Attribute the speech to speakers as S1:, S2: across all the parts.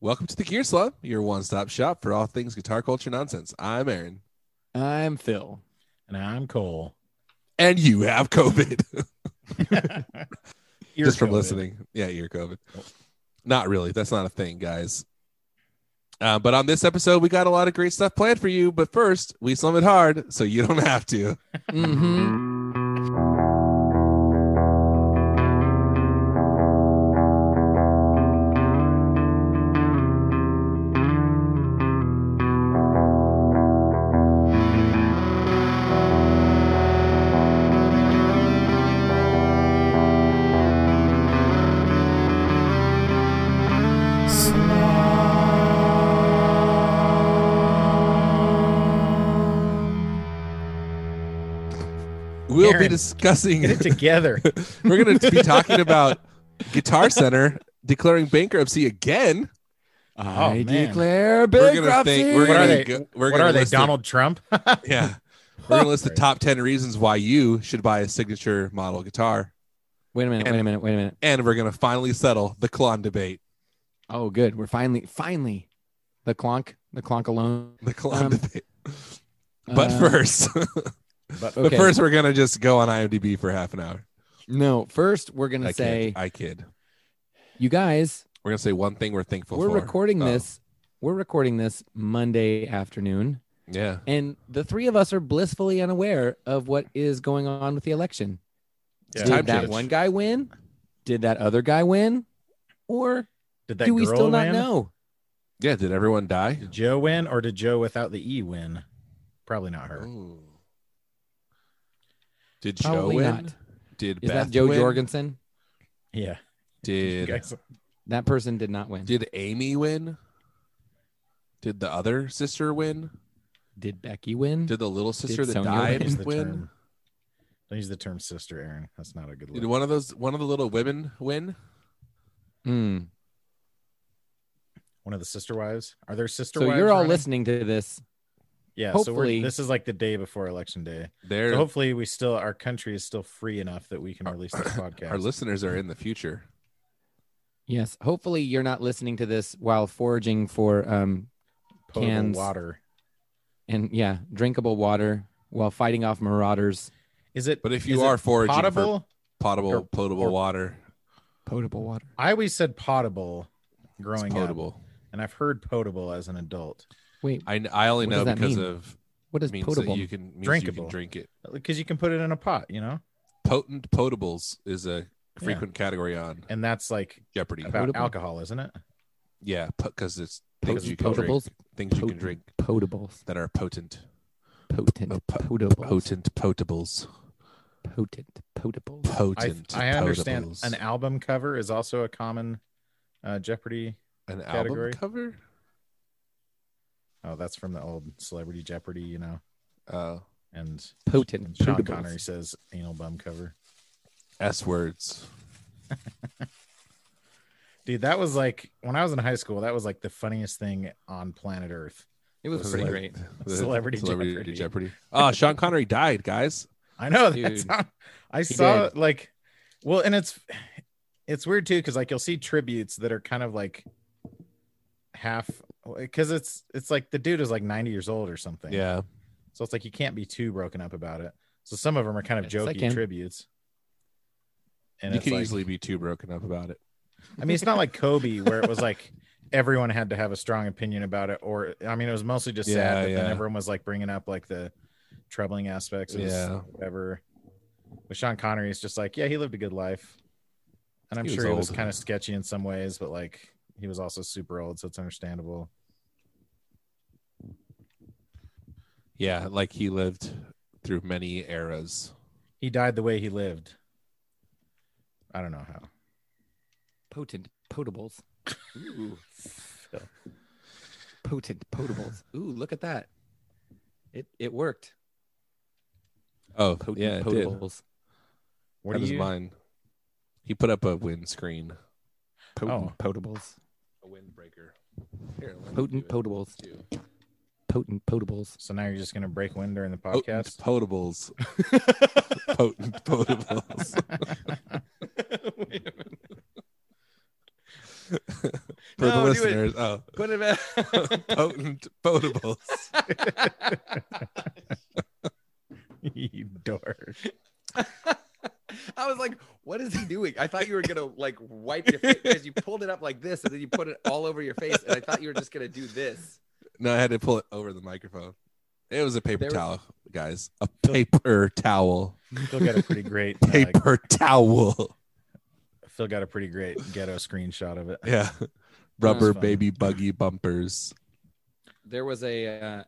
S1: Welcome to the Gear Slum, your one-stop shop for all things guitar culture nonsense. I'm Aaron,
S2: I'm Phil.
S3: And I'm Cole.
S1: and you have COVID
S3: Ear
S1: just from
S3: COVID.
S1: listening. Yeah, ear COVID. Not really. That's not a thing, guys. Uh, but on this episode, we got a lot of great stuff planned for you. But first, we slum it hard so you don't have to.
S2: Mm-hmm.
S1: We'll be
S3: Aaron,
S1: discussing.
S3: Get it together.
S1: We're going to be talking about Guitar Center declaring bankruptcy again.
S2: I
S3: man.
S2: declare
S1: We're
S2: bankruptcy.
S1: gonna think- we're
S3: What are
S1: gonna-
S3: they?
S1: go- we're
S3: what
S1: gonna
S3: are they?
S1: list it.
S3: Donald Trump?
S1: Yeah. We're going to list the top 10 reasons why you should buy a signature model guitar.
S2: Wait a minute. Wait a minute. Wait a minute.
S1: And we're going to finally settle the Klon debate.
S2: Oh, good. We're finally, finally, the clonk, the clonk alone.
S1: The Klon
S2: Um,
S1: debate. But
S2: Uh,
S1: first,
S3: But
S1: but
S2: okay.
S1: first, we're going to just go on IMDb for half an hour.
S2: no. First, we're gonna
S1: I
S2: say,
S1: kid. I kid.
S2: you guys,
S1: We're going to say one thing we're thankful
S2: we're
S1: for.
S2: recording
S1: Oh,
S2: this. We're recording this Monday afternoon,
S1: Yeah.
S2: and the three of us are blissfully unaware of what is going on with the election.
S3: Yeah.
S1: It's time
S2: Did that
S1: change.
S2: one guy win? Did that other guy win? Or
S3: did that
S2: do we
S3: girl
S2: still not
S3: win?
S2: know?
S1: Yeah. Did everyone die?
S3: Did Joe win or did Joe without the E win? Probably not her.
S1: Ooh. Did
S2: Probably
S1: Joe win?
S2: not.
S1: Did
S2: Is
S1: Beth
S2: that Joe
S1: win?
S2: Jorgensen?
S3: Yeah. You
S1: Did
S3: guys-
S2: That person did not win.
S1: Did Amy win? Did the other sister win?
S2: Did Becky win?
S1: Did the little sister that
S2: Sonya
S1: died
S3: Don't use the
S1: win?
S3: term. Don't use the term sister, Aaron. That's not a good
S1: Did
S3: look.
S1: one of those one of the little women win?
S2: Hmm.
S3: One of the sister wives. Are there sister
S2: So
S3: wives?
S2: you're all
S3: running?
S2: listening to this.
S3: Yeah. So
S2: Hopefully-
S3: we're, this is like the day before election day.
S1: There
S3: So hopefully we still our country is still free enough that we can
S1: Our-
S3: release this podcast.
S1: our listeners are in the future.
S2: Yes. Hopefully you're not listening to this while foraging for um
S3: potable
S2: cans.
S3: water.
S2: and yeah, drinkable water while fighting off marauders.
S3: Is it
S1: But if
S3: is
S1: you
S3: it
S1: are foraging
S3: potable?
S1: for potable
S3: or-
S1: potable
S3: or-
S1: water,
S2: Potable water.
S3: I always said potable growing
S1: it's
S3: up,
S1: potable.
S3: and I've heard potable as an adult
S2: Wait,
S1: I, I only
S2: What
S1: know
S2: does that
S1: because
S2: mean?
S1: of
S2: what is
S1: means
S2: potable?
S1: that you can means you can
S3: Drinkable.
S1: drink it.
S3: because you can put it in a pot, you know,
S1: Potent potables is a frequent category on
S3: and that's like
S1: Jeopardy.
S3: about
S2: Potable?
S3: alcohol, isn't it?
S1: yeah, because it's
S2: Potent
S1: things you can drink,
S2: potables.
S1: things you can
S2: Potent
S1: drink
S2: Potables.
S1: that are potent,
S2: Potent.
S1: Oh, po-
S2: Potables.
S1: potent potables,
S2: Potent. Potables.
S3: I,
S1: potent.
S3: I understand
S1: potables.
S3: an album cover is also a common uh, Jeopardy.
S1: an
S3: category.
S1: album cover.
S3: Oh, that's from the old Celebrity Jeopardy, you know,
S1: Uh,
S3: and
S2: Potent.
S3: Sean
S2: potables.
S3: Connery says anal bum cover.
S1: S words.
S3: Dude, that was like when I was in high school. That was like the funniest thing on planet Earth.
S2: It was pretty
S1: Celebrity-
S2: great.
S1: the
S3: Celebrity
S1: Celebrity
S3: Jeopardy.
S1: Jeopardy. Oh, Sean Connery died, guys.
S3: I know
S2: Dude.
S3: that's not, I
S2: He
S3: saw like well and it's it's weird too cuz like you'll see tributes that are kind of like half cuz it's it's like the dude is like 90 years old or something.
S1: Yeah.
S3: So it's like you can't be too broken up about it. So some of them are kind of
S2: Yes, I
S3: jokey
S2: can.
S3: tributes. And
S1: you
S3: it's
S1: can
S3: like-
S1: easily be too broken up about it.
S3: I mean it's not like Kobe where it was like everyone had to have a strong opinion about it or I mean it was mostly just
S1: Yeah,
S3: sad that then
S1: yeah.
S3: everyone was like bringing up like the troubling aspects of his
S1: Yeah.
S3: whatever. With Sean Connery, it's just like, yeah, he lived a good life. And I'm
S1: He was
S3: sure he was
S1: old.
S3: kind of sketchy in some ways, but like he was also super old, so it's understandable.
S1: Yeah, like he lived through many eras.
S3: He died the way he lived. I don't know how.
S2: Potent. Potables. Ooh. Potent. Potables. Ooh, look at that. It it worked.
S1: Oh,
S2: Potent.
S1: yeah, it did.
S2: potables.
S3: What
S1: That
S3: do
S1: was
S3: you?
S1: mine. He put up a windscreen,
S2: Potent.
S3: Oh.
S2: Potables.
S1: a windbreaker. Here, let me
S2: Potent.
S1: do it
S2: Potables.
S1: too.
S2: Potent. Potables.
S3: So now you're just gonna break wind during the
S1: Potent
S3: podcast.
S1: potables. Potent potables. for the
S2: No, do it.
S1: listeners. Oh,
S2: Put it back.
S1: potent potables.
S3: you dork.
S2: I was like, what is he doing? I thought you were gonna like wipe your face because you pulled it up like this and then you put it all over your face. And I thought you were just gonna do this.
S1: No, I had to pull it over the microphone. It was a paper
S2: There was-
S1: towel, guys. A paper towel.
S3: Phil got a pretty great. Uh,
S1: Paper towel.
S3: Phil got a pretty great ghetto screenshot of it.
S1: Yeah. Rubber
S3: fun.
S1: baby buggy bumpers.
S2: there was a, uh,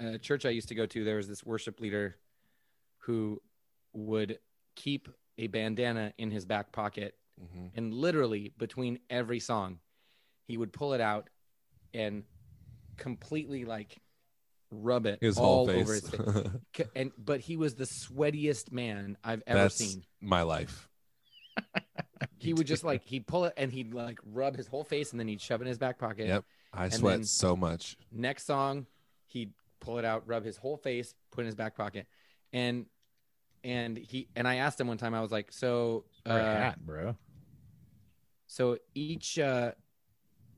S2: a church I used to go to. There was this worship leader who would keep a bandana in his back pocket, and literally between every song, he would pull it out and completely like rub it
S1: His
S2: all
S1: whole
S2: over
S1: face.
S2: his face. C- And but he was the sweatiest man I've ever
S1: That's
S2: seen.
S1: my life.
S2: He would just like he'd pull it and he'd like rub his whole face and then he'd shove it in his back pocket.
S1: Yep. I
S2: And
S1: sweat
S2: then-
S1: so much.
S2: Next song, he'd pull it out, rub his whole face, put it in his back pocket, and and he and I asked him one time. I was like, so
S3: Great
S2: uh,
S3: hat, bro.
S2: so each uh,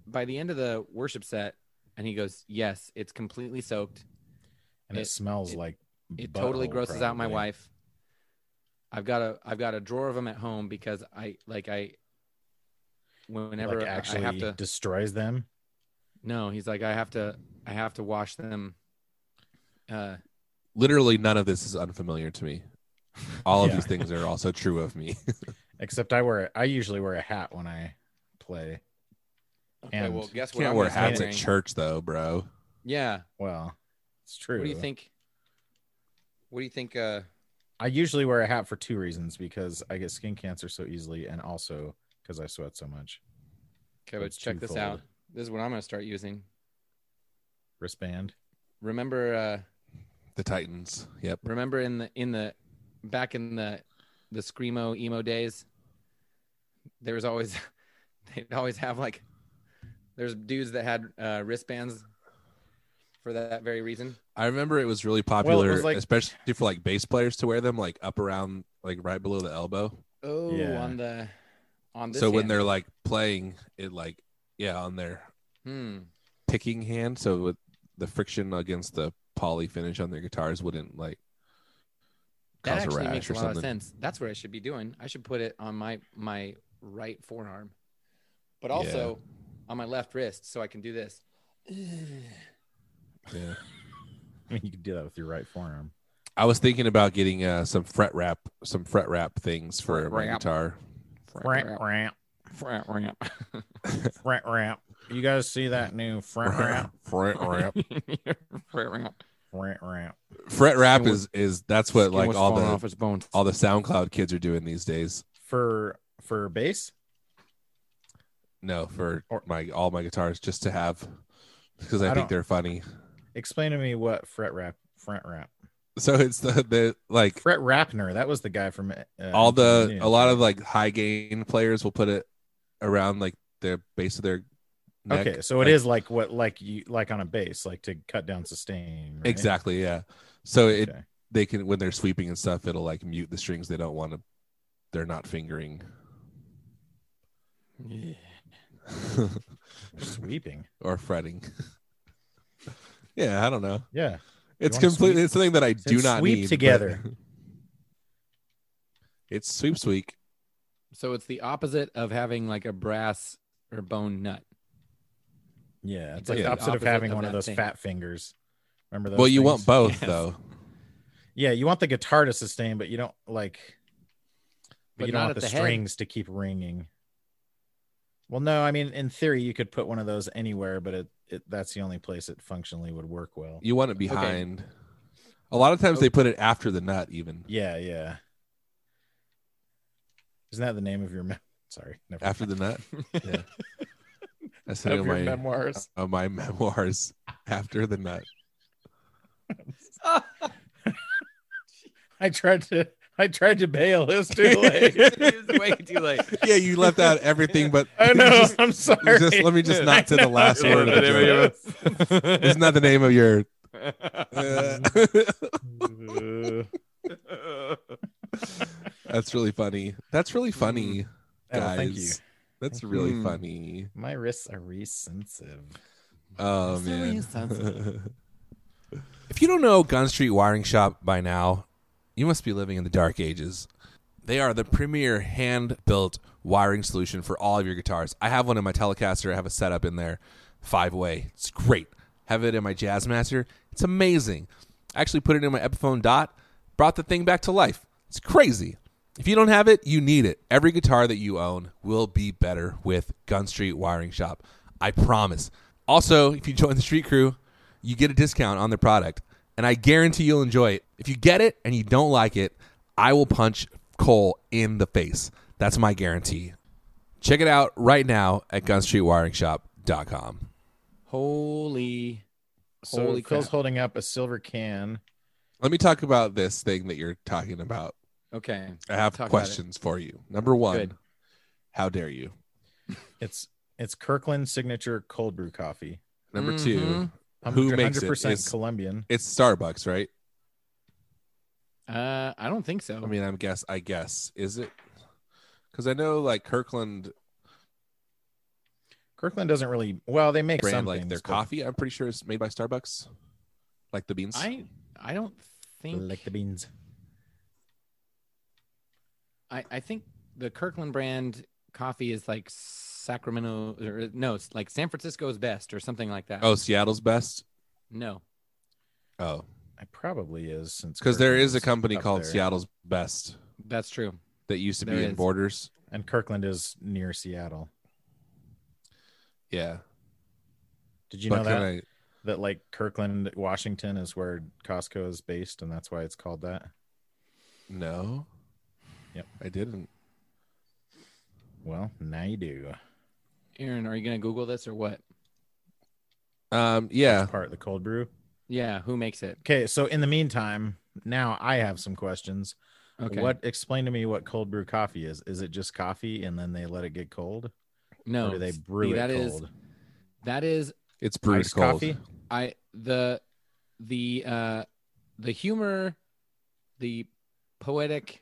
S2: by the end of the worship set, and he goes, yes, it's completely soaked.
S3: And it,
S2: it-
S3: smells
S2: it-
S3: like.
S2: it totally
S3: butthole,
S2: grosses out my
S3: probably.
S2: wife i've got a i've got a drawer of them at home because i like i whenever
S3: like
S2: I-
S3: actually
S2: i have to
S3: destroys them.
S2: no he's like i have to i have to wash them uh
S1: Literally, none of this is unfamiliar to me. All of
S3: Yeah.
S1: these things are also true of me.
S3: Except I wear. I usually wear a hat when I play.
S2: okay
S3: And
S2: well guess what
S1: Can't
S2: I'm
S1: wear
S2: gonna start
S1: hats at
S2: wearing.
S1: church, though, bro.
S2: yeah
S3: Well, it's true.
S2: what do you think what do you think uh
S3: I usually wear a hat for two reasons because I get skin cancer so easily, and also because I sweat so much.
S2: okay but
S3: It's
S2: check this out
S3: twofold.
S2: this is what i'm gonna start using
S3: Wristband.
S2: remember uh
S1: The Titans. Yep.
S2: remember in the in the back in the the screamo emo days there was always they'd always have like there's dudes that had uh, wristbands for that very reason
S1: I remember it was really
S3: it was
S1: popular,
S3: like-
S1: especially for like bass players to wear them like up around, like right below the elbow.
S2: oh
S3: Yeah.
S2: on the on this
S1: so when
S2: hand.
S1: they're like playing it like yeah on their
S2: hmm.
S1: picking hand so with the friction against the poly finish on their guitars wouldn't like
S2: that
S1: cause a
S2: actually
S1: rash
S2: makes
S1: or
S2: a lot of
S1: something.
S2: sense that's what i should be doing i should put it on my my right forearm but also on my left wrist so i can do this
S1: yeah
S3: I mean, you can do that with your right forearm.
S1: i was thinking about getting uh some fret wrap some fret wrap things for
S2: Fret
S1: my
S2: wrap.
S1: guitar
S3: Front ramp,
S2: Front ramp.
S3: front ramp. You guys see that new front ramp,
S1: fret wrap
S2: Front ramp.
S3: front ramp?
S1: fret wrap
S2: Skin
S1: is is that's what
S2: Skin
S1: like
S2: was
S1: all
S2: falling
S1: the
S2: off its bones.
S1: all the soundcloud kids are doing these days
S3: For for bass,
S1: no for
S3: Or-
S1: my all my guitars just to have because i,
S3: I
S1: think
S3: don't-
S1: they're funny
S3: explain to me what fret wrap, front wrap,
S1: so it's the the like
S3: fret rapner. That was the guy from uh,
S1: all the
S3: Infinite
S1: a lot of like high gain players will put it around like the base of their
S3: News.
S1: neck.
S3: Okay, so it
S1: like-
S3: is like what like you like on a bass, like to cut down sustain. right?
S1: exactly yeah so it
S3: Okay.
S1: they can when they're sweeping and stuff it'll like mute the strings they don't want to they're not fingering
S3: sweeping.
S1: or fretting yeah i don't know
S3: Yeah,
S1: it's
S3: wanna
S1: completely
S3: sweep?
S1: it's something that i
S3: Said
S1: do not
S3: sweep
S1: need but-
S3: together.
S1: it's sweeps week
S2: So it's the opposite of having like a brass or bone nut.
S3: yeah. It's
S2: Yeah.
S3: like the opposite, of
S2: Opposite
S3: having
S2: of
S3: one of
S2: that
S3: those
S2: thing.
S3: fat fingers. Remember those?
S1: well you
S3: things?
S1: want both
S2: Yes.
S1: though
S3: Yeah, you want the guitar to sustain, but you don't like. But,
S2: But
S3: you don't
S2: not
S3: want the,
S2: at the head.
S3: strings to keep ringing. Well, no, I mean, in theory, you could put one of those anywhere, but it, it that's the only place it functionally would work well.
S1: you want it behind a lot of times
S3: Oh.
S1: they put it after the nut even
S3: Yeah, yeah. Isn't that the name of your? Me- Sorry, never
S1: after the nut yeah that's the name of
S3: of your
S1: my
S3: memoirs.
S1: of my memoirs after the nut.
S3: I tried to, I tried to bail. It was too late.
S2: way too late.
S1: Yeah, you left out everything, but
S3: I know.
S1: Just,
S3: I'm sorry.
S1: just- let me just not say the last
S2: Yeah,
S1: word of
S2: the
S1: the
S2: name
S1: joke. It's not the name of your. Uh,
S3: Uh,
S1: that's really funny. That's really funny,
S3: oh,
S1: guys.
S3: thank you. Hmm.
S1: That's
S3: Thank
S1: really
S2: you.
S1: funny.
S3: My wrists are resensitive.
S1: Oh
S2: That's really
S1: man. if you don't know Gun Street Wiring Shop by now, you must be living in the dark ages. They are the premier hand-built wiring solution for all of your guitars. I have one in my Telecaster. I have a setup in there, five-way. It's great. Have it in my Jazzmaster. It's amazing. I actually put it in my Epiphone Dot. Brought the thing back to life. It's crazy. If you don't have it, you need it. Every guitar that you own will be better with Gun Street Wiring Shop. I promise. Also, if you join the street crew, you get a discount on their product, and I guarantee you'll enjoy it. If you get it and you don't like it, I will punch Cole in the face. That's my guarantee. Check it out right now at gunstreetwiringshop.com.
S2: Holy.
S3: So
S2: Holy
S3: Phil's
S2: crap.
S3: holding up a silver can.
S1: Let me talk about this thing that you're talking about.
S2: Okay.
S1: I have
S2: Talk about it.
S1: questions for you. Number one,
S2: Good.
S1: how dare you?
S3: It's it's Kirkland signature cold brew coffee.
S1: Number two,
S2: Mhm.
S1: Who makes it?
S3: 100%
S1: It's-
S3: Colombian.
S1: it's Starbucks, right?
S2: Uh, I don't think so.
S1: I mean, I'm guess. I guess is it? Because I know like Kirkland
S3: Kirkland doesn't really. Well, they make
S1: brand
S3: some
S1: like
S3: things,
S1: their
S3: but
S1: coffee. I'm pretty sure it's made by Starbucks, like the beans.
S2: I I don't think
S3: Like the beans.
S2: I, I think the Kirkland brand coffee is like Sacramento or no, it's like San Francisco's best or something like that.
S1: oh, Seattle's best.
S2: no.
S1: Oh,
S3: It probably is since
S1: because there
S3: Kirkland
S1: is a company
S3: up
S1: called
S3: there.
S1: Seattle's Best
S2: That's true.
S1: that used to
S2: There
S1: be in
S2: is.
S1: Borders.
S3: and Kirkland is near Seattle.
S1: Yeah,
S3: Did you
S1: but
S3: know
S1: can
S3: that
S1: I-
S3: that like Kirkland, Washington is where Costco is based, and that's why it's called that.
S1: no.
S3: Yep.
S1: I didn't.
S3: Well, now you do.
S2: Aaron, are you gonna Google this or what?
S1: Um. Yeah.
S3: It's part of the cold brew.
S2: Yeah, who makes it?
S3: Okay, so in the meantime, now I have some questions.
S2: Okay.
S3: What explain to me what cold brew coffee is? Is it just coffee and then they let it get cold?
S2: No.
S3: or do they brew it
S2: that is
S3: cold?
S2: that is
S1: It's brewed
S3: Iced
S1: cold.
S3: coffee?
S2: I the the uh the humor, the poetic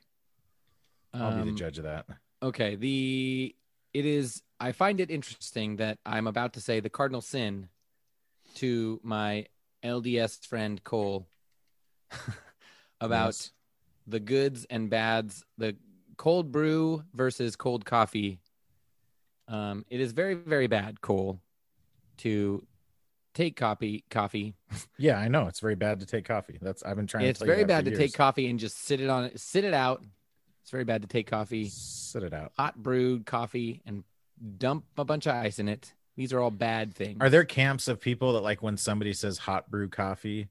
S3: I'll be
S2: um,
S3: the judge of that.
S2: Okay, the it is I find it interesting that I'm about to say the cardinal sin to my LDS friend Cole about
S3: Yes.
S2: the goods and bads, the cold brew versus cold coffee. Um, it is very very bad, Cole, to take coffee coffee.
S3: Yeah, I know it's very bad to take coffee. That's I've been trying.
S2: It's
S3: to tell you
S2: very bad
S3: that for
S2: to take
S3: years.
S2: coffee and just sit it on sit it out. It's very bad to take coffee
S3: Sit it out.
S2: hot brewed coffee and dump a bunch of ice in it. These are all bad things.
S3: Are there camps of people that like when somebody says hot brew coffee,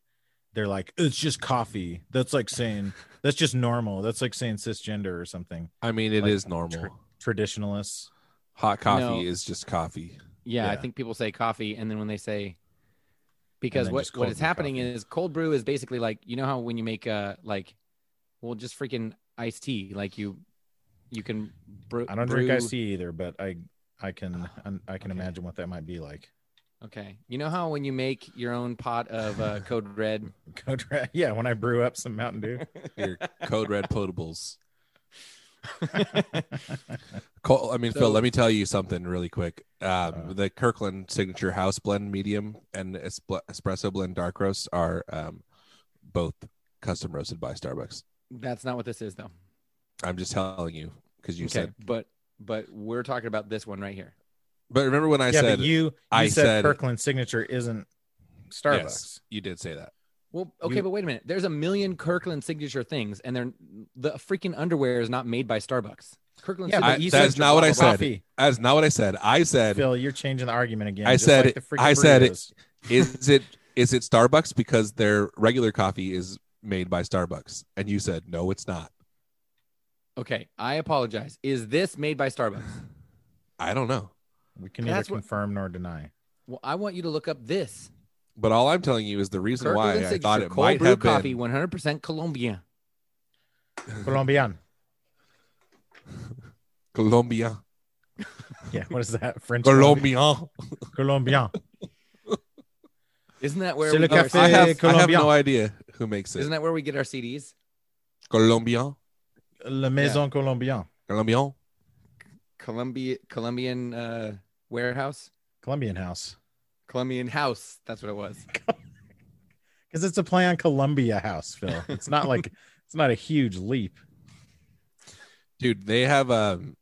S3: they're like, it's just coffee. That's like saying that's just normal. That's like saying cisgender or something.
S1: I mean, it is
S3: Like
S1: normal.
S3: tr- Traditionalists.
S1: Hot coffee
S2: No.
S1: is just coffee.
S2: yeah, I
S3: yeah.
S2: think people say coffee, and then when they say, because
S3: then
S2: what
S3: just
S2: what
S3: cold
S2: is
S3: brew
S2: happening
S3: coffee.
S2: is cold brew is basically like you know how when you make uh like, well just freaking iced tea like you, you can brew.
S3: I don't
S2: brew,
S3: drink iced tea either, but I I can
S1: Ah,
S3: I can
S2: Okay.
S3: imagine what that might be like.
S2: Okay, you know how when you make your own pot of uh, Code Red,
S3: Go dra- yeah, when I brew up some Mountain Dew.
S1: Your Code Red potables. Cole, I mean, Phil,
S2: So-
S1: let me tell you something really quick. Um,
S3: Uh.
S1: the Kirkland Signature House Blend Medium and es- Espresso Blend Dark Roast are um, both custom roasted by Starbucks.
S2: that's not what this is though.
S1: I'm just telling you because you
S2: okay,
S1: said.
S2: but but we're talking about this one right here.
S1: But remember when I
S3: yeah,
S1: said
S3: but you you
S1: I
S3: said,
S1: said-
S3: Kirkland signature isn't Starbucks.
S1: Yes. you did say that.
S2: Well, okay,
S3: You-
S2: but wait a minute. There's a million Kirkland signature things, and they're the freaking underwear is not made by Starbucks. Kirkland,
S3: Yeah,
S2: signature,
S1: I-
S3: but you
S1: that's
S3: said
S1: not what I said.
S3: Coffee.
S1: That's not what I said. I said,
S3: Phil, you're changing the argument again.
S1: I
S3: just
S1: said
S3: like
S1: it-
S3: the freaking
S1: I said it.
S3: burritos.
S1: is it is it Starbucks because their regular coffee is made by Starbucks? And you said, no, it's not.
S2: okay, I apologize. Is this made by Starbucks?
S1: I don't know.
S3: We can neither
S2: That's what-
S3: confirm nor deny.
S2: Well, I want you to look up this
S1: But all I'm telling you is the reason
S2: Kirkland
S1: why I thought
S2: signature
S1: it
S2: cold
S1: might
S2: brew
S1: have
S2: coffee,
S1: been.
S2: 100% Colombia.
S3: Colombian.
S1: Colombia.
S3: Yeah, what is that? French
S1: Colombia.
S3: Colombian.
S2: Isn't that where
S3: C'est
S2: we
S3: le
S2: get our
S3: café
S1: I
S2: CDs?
S1: have, I have
S3: Colombien.
S1: no idea who makes
S2: Isn't
S1: it.
S2: that where we get our CDs?
S1: Colombien.
S3: La Maison Colombian.
S1: Colombien.
S2: Columbia Colombian uh, warehouse,
S3: Colombian House.
S2: Colombian house. That's what it was.
S3: Because it's a play on Columbia House, Phil. It's not like it's not a huge leap.
S1: Dude, they have um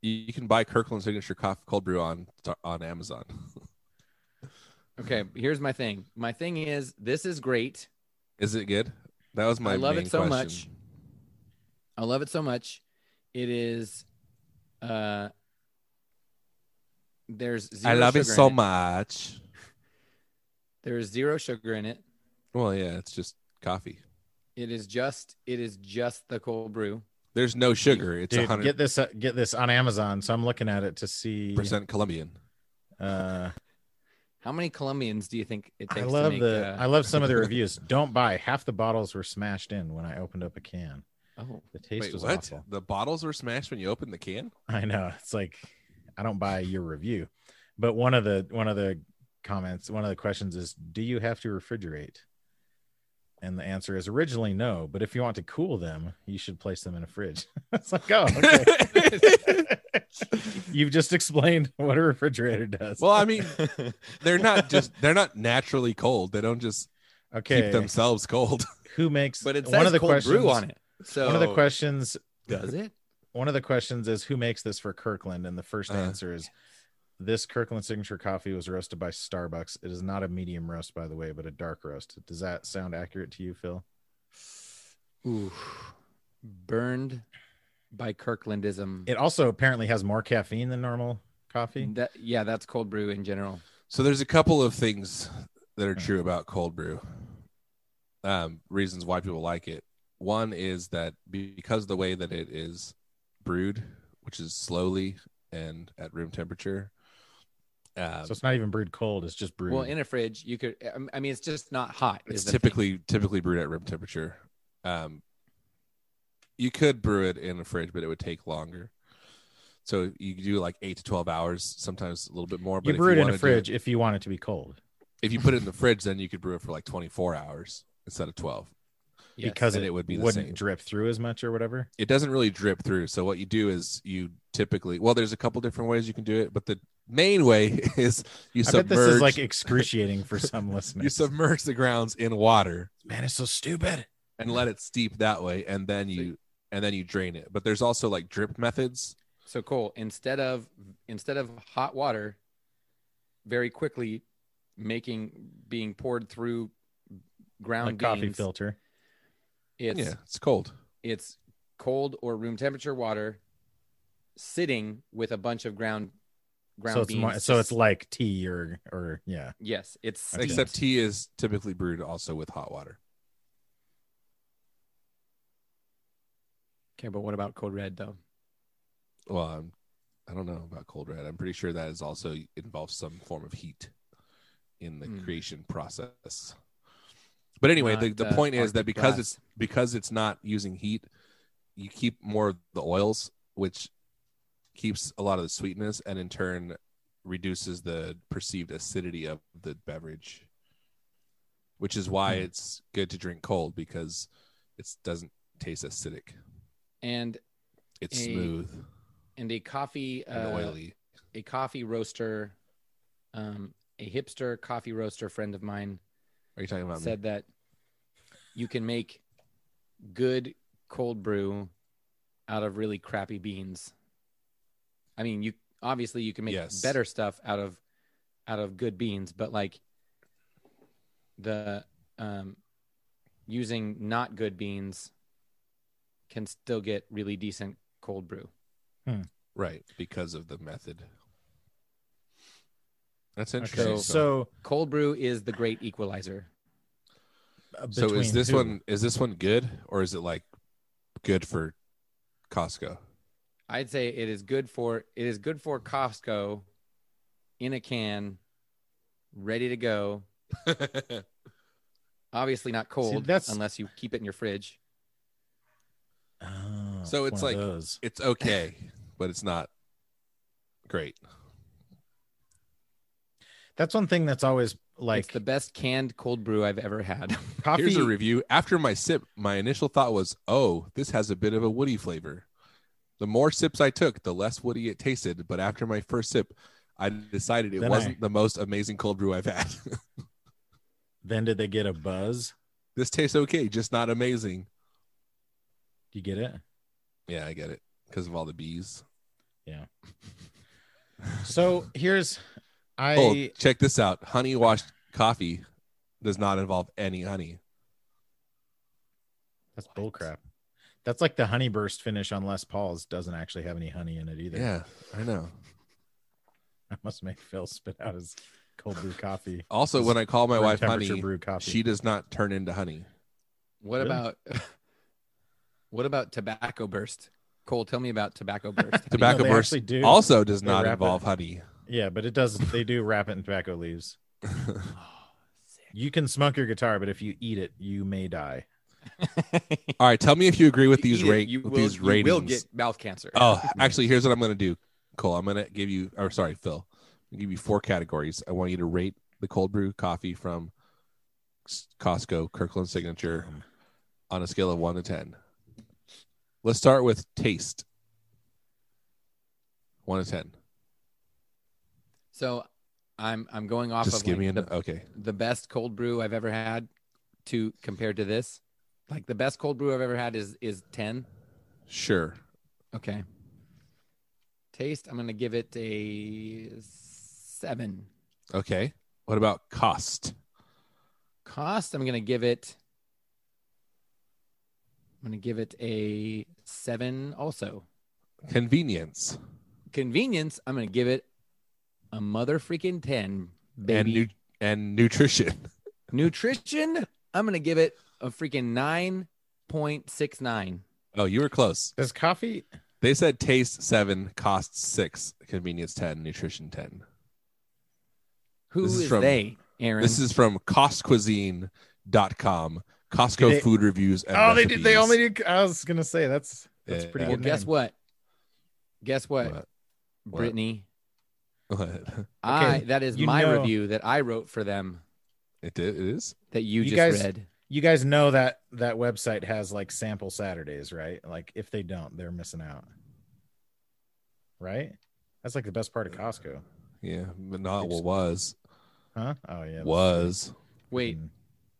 S1: you, you can buy Kirkland signature coffee cold brew on on Amazon.
S2: Okay, here's my thing. My thing is this is great.
S1: Is it good? That was my
S2: I love
S1: main
S2: it so
S1: question.
S2: much. I love it so much. It is uh there's
S1: I
S2: zero
S1: love it
S2: sugar in
S1: so much.
S2: There is zero sugar in it.
S1: Well, yeah, it's just coffee.
S2: It is just it is just the cold brew.
S1: There's no sugar. It's
S3: Dude,
S1: hundred
S3: get this uh, get this on Amazon. So I'm looking at it to see.
S1: percent Colombian.
S3: Uh,
S2: How many Colombians do you think it
S3: I
S2: takes
S3: love
S2: to make
S3: the
S2: uh,
S3: I love some of the reviews. Don't buy. Half the bottles were smashed in when I opened up a can.
S2: Oh,
S3: The taste
S1: Wait,
S3: was
S1: what?
S3: awful.
S1: The bottles were smashed when you opened the can.
S3: I know. It's like I don't buy your review. But one of the one of the comments, one of the questions is, do you have to refrigerate? And the answer is originally no, but if you want to cool them, you should place them in a fridge. it's like, oh, okay. You've just explained what a refrigerator does.
S1: well, I mean, they're not just they're not naturally cold. They don't just
S3: okay.
S1: keep themselves cold.
S3: Who makes
S2: but it says
S3: one of the
S2: cold
S3: questions
S2: brew on it. So
S3: One of the questions
S2: does it?
S3: one of the questions is who makes this for Kirkland? And the 1st
S1: Uh-huh.
S3: answer is this Kirkland signature coffee was roasted by Starbucks. It is not a medium roast, by the way, but a dark roast. Does that sound accurate to you, Phil?
S2: Ooh. Burned by Kirklandism.
S3: It also apparently has more caffeine than normal coffee.
S2: That- yeah, that's cold brew in general.
S1: So there's a couple of things that are true about cold brew. Um, reasons why people like it. One is that be- because the way that it is brewed, which is slowly and at room temperature. Um,
S3: So it's not even brewed cold, it's just brewed.
S2: Well, in a fridge, you could. I mean, it's just not hot.
S1: it's
S2: is the thing.
S1: typically typically brewed at room temperature. Um, you could brew it in a fridge, but it would take longer. So you do like eight to twelve hours, sometimes a little bit more. But
S3: you
S1: if
S3: brew it in
S1: wanna
S3: a
S1: do
S3: fridge if you want it to be cold
S1: if you put it in the fridge, then you could brew it for like twenty four hours instead of twelve.
S2: Yes.
S3: because
S1: then
S3: it,
S1: it would be the
S3: wouldn't
S1: same.
S3: drip through as much or whatever.
S1: It doesn't really drip through. So what you do is you typically well, there's a couple different ways you can do it, but the main way is you
S3: I
S1: submerge
S3: bet this is like excruciating for some
S1: you
S3: listeners.
S1: submerge the grounds in water
S3: Man, it's so stupid.
S1: and let it steep that way, and then you and then you drain it. But there's also like drip methods.
S2: So Cole, instead of instead of hot water, very quickly making being poured through ground
S3: Like coffee
S2: beans,
S3: filter.
S2: It's
S1: yeah, it's cold.
S2: it's cold or room temperature water sitting with a bunch of ground ground
S3: So it's
S2: beans.
S3: more, so it's like tea or or yeah.
S2: yes, it's steamed.
S1: Except tea is typically brewed also with hot water.
S2: okay. But what about code red though?
S1: Well, I'm, I don't know about cold red. I'm pretty sure that is also involves some form of heat in the
S2: Mm.
S1: creation process. But anyway, the,
S2: Not,
S1: the
S2: uh,
S1: point is that
S2: Arctic
S1: because
S2: blast.
S1: it's because it's not using heat, you keep more of the oils, which keeps a lot of the sweetness and in turn reduces the perceived acidity of the beverage. Which is why
S3: Hmm.
S1: it's good to drink cold because it doesn't taste acidic.
S2: And
S1: It's
S2: A-
S1: smooth
S2: and a coffee
S1: and
S2: uh,
S1: oily.
S2: a coffee roaster, um, a hipster coffee roaster friend of mine
S1: Are you talking about me?
S2: said that you can make good cold brew out of really crappy beans. I mean, you obviously you can make
S1: Yes.
S2: better stuff out of out of good beans, but like the um using not good beans can still get really decent cold brew.
S1: Right, because of the method. That's interesting.
S3: Okay,
S2: So-
S3: so
S2: Cold brew is the great equalizer.
S3: uh,
S1: so,
S3: between
S1: is this
S3: who?
S1: one is this one good or is it like good for Costco?
S2: I'd say it is good for it is good for Costco in a can, ready to go. Obviously not cold
S3: that's-
S2: unless you keep it in your fridge.
S3: Oh,
S1: So it's
S3: one
S1: like-
S3: of those.
S1: it's okay, but it's not great.
S3: that's one thing that's always like
S2: it's the best canned cold brew I've ever had.
S3: coffee.
S1: Here's a review. After my sip, my initial thought was, "Oh, this has a bit of a woody flavor." The more sips I took, the less woody it tasted. But after my first sip, I decided it
S3: Then
S1: wasn't
S3: I-
S1: the most amazing cold brew I've had.
S3: Then did they get a buzz?
S1: this tastes okay, just not amazing.
S3: Do you get it?
S1: Yeah, I get it because of all the bees.
S3: So here's I
S1: oh, check this out. Honey washed coffee does not involve any honey.
S3: that's bullcrap. That's like the honey burst finish on Les Paul's doesn't actually have any honey in it either.
S1: Yeah, I know.
S3: I must make Phil spit out his cold brew coffee.
S1: Also, when I call my
S3: room
S1: wife
S3: temperature
S1: honey,
S3: brew coffee.
S1: she does not turn into honey.
S2: What
S3: Really?
S2: about what about tobacco burst? Cole, tell me about tobacco burst. How do you-
S1: Tobacco
S3: they
S1: burst
S3: actually do.
S1: Also, does
S3: They
S1: not
S3: wrap it.
S1: involve honey.
S3: yeah, but it does. They do wrap it in tobacco leaves. You can smoke your guitar, but if you eat it, you may die.
S1: All right, tell me if you agree with
S2: You
S1: these
S2: eat it,
S1: rate
S2: you
S1: with
S2: will,
S1: these
S2: you will
S1: ratings.
S2: get mouth cancer.
S1: Oh,
S2: Mm.
S1: actually, here's what I'm gonna do, Cole. I'm gonna give you, or sorry, Phil, I'll give you four categories. I want you to rate the cold brew coffee from S- Costco Kirkland Signature
S2: Mm.
S1: on a scale of one to ten. Let's start with taste. One to ten.
S2: So I'm I'm going off
S1: Just
S2: of
S1: give me
S2: like
S1: an
S2: the,
S1: okay.
S2: the best cold brew I've ever had to compared to this. Like the best cold brew I've ever had is is 10.
S1: Sure.
S2: Okay. Taste, I'm going to give it a 7.
S1: Okay. What about cost?
S2: Cost, I'm going to give it I'm going to give it a 7 also.
S1: Convenience
S2: Convenience, I'm going to give it a mother freaking 10.
S1: and
S2: Baby.
S1: nu- and nutrition.
S2: Nutrition, I'm going to give it a freaking 9.69.
S1: Oh, you were close.
S3: Does coffee?
S1: They said taste seven, cost six, convenience ten, nutrition ten.
S2: Who
S1: This
S2: is,
S1: is from-
S2: they, Aaron?
S1: This is from costcuisine.com. Costco
S3: They-
S1: food reviews. And
S3: Oh, they did. They
S1: recipes.
S3: only do. I was gonna say that's that's
S1: Yeah.
S3: pretty
S2: well,
S3: good.
S2: guess
S3: name.
S2: what? Guess what,
S1: What?
S2: Brittany?
S1: What?
S2: I that is
S3: you
S2: my
S3: know-
S2: review that I wrote for them
S1: It, did, it is.
S2: that you,
S3: You
S2: just
S3: guys-
S2: read.
S3: You guys know that that website has like sample Saturdays, right? Like if they don't, they're missing out. Right? That's like the best
S2: Uh,
S3: part of Costco,
S1: Yeah, but not what was
S3: huh? Oh yeah. that's
S1: was.
S2: Wait,
S3: freaking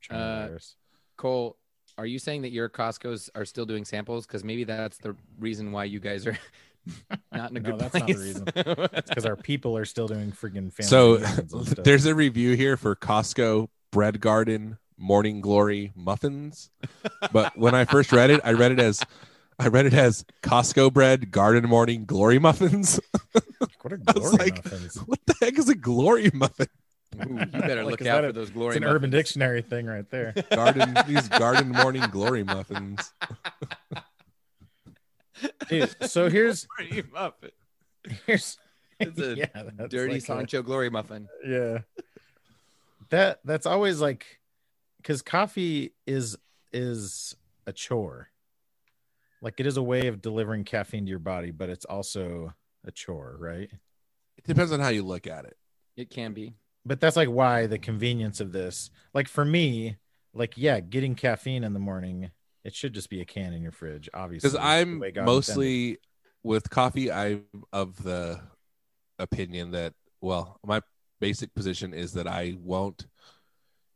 S3: China
S2: uh,
S3: virus.
S2: Cole, are you saying that your Costco's are still doing samples? Because maybe that's the reason why you guys are not in a
S3: No,
S2: good
S3: that's not the
S2: place.
S3: reason. because our people are still doing freaking family.
S1: So
S3: reunions and stuff.
S1: there's a review here for Costco Bread Garden Morning Glory muffins, but when I first read it, I read it as I read it as Costco Bread Garden Morning Glory muffins.
S3: what are
S1: I was
S3: glory
S1: like,
S3: muffins?
S1: What the heck is a glory muffin?
S2: Ooh, you better
S3: Like,
S2: look
S3: is
S2: out
S3: that a-
S2: for those glory.
S3: It's an Urban
S2: muffins.
S3: Dictionary thing right there.
S1: Garden these garden morning glory muffins.
S3: Dude, so here's
S2: Glory muffin.
S3: here's
S2: It's a
S3: yeah, that's
S2: dirty
S3: like a-
S2: Sancho glory muffin.
S3: yeah that that's always like because coffee is is a chore like it is a way of delivering caffeine to your body but it's also a chore right
S1: It depends on how you look at it.
S2: It can be.
S3: but that's like why the convenience of this like for me like yeah getting caffeine in the morning it should just be a can in your fridge obviously
S1: Because
S3: the
S1: I'm
S3: way God intended.
S1: mostly with coffee, I'm of the opinion that well, my basic position is that I won't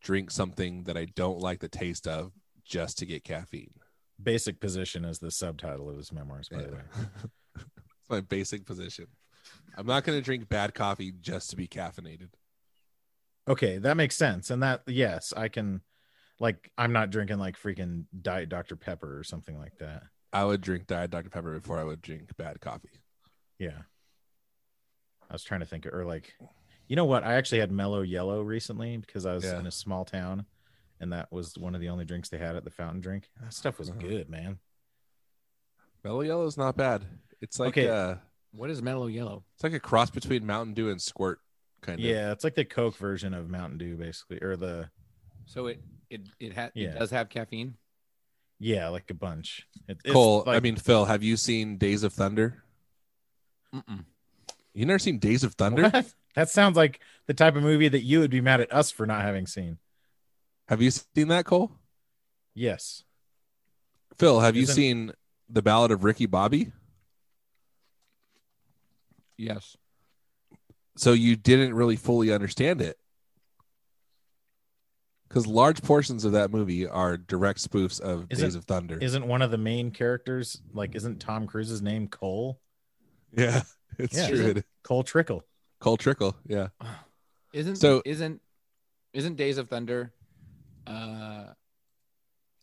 S1: drink something that I don't like the taste of just to get caffeine.
S3: basic position is the subtitle of his memoirs by the way
S1: That's my basic position. I'm not going to drink bad coffee just to be caffeinated.
S3: Okay, that makes sense. And that yes, I can like I'm not drinking like freaking diet Dr. Pepper or something like that.
S1: I would drink Diet Dr Pepper before I would drink bad coffee.
S3: Yeah. I was trying to think or like you know what? I actually had mellow yellow recently because I was
S1: Yeah.
S3: in a small town and that was one of the only drinks they had at the fountain drink. That stuff was
S1: Uh-huh.
S3: good, man.
S1: Mellow Yellow is not bad. It's like
S3: Okay.
S1: uh,
S2: What is mellow yellow?
S1: it's like a cross between Mountain Dew and Squirt, kind of.
S3: Yeah, it's like the Coke version of Mountain Dew basically or the
S2: So it it it, ha-
S3: Yeah.
S2: it does have caffeine.
S3: yeah, like a bunch. It, it's
S1: Cole, I
S3: like-
S1: mean Phil, have you seen Days of Thunder?
S2: Mm-mm.
S1: You never seen Days of Thunder?
S3: what? That sounds like the type of movie that you would be mad at us for not having seen.
S1: Have you seen that, Cole?
S3: Yes.
S1: Phil, have you
S3: Isn't-
S1: seen the Ballad of Ricky Bobby?
S2: Yes.
S1: So you didn't really fully understand it. Because large portions of that movie are direct spoofs of
S3: Is
S1: Days
S3: it-
S1: of Thunder.
S3: Isn't one of the main characters like isn't Tom Cruise's name Cole?
S1: yeah, it's
S3: Yeah.
S1: true.
S2: Isn't-
S3: Cole Trickle.
S1: Cole Trickle. Yeah.
S2: Isn't
S1: So-
S2: isn't isn't Days of Thunder uh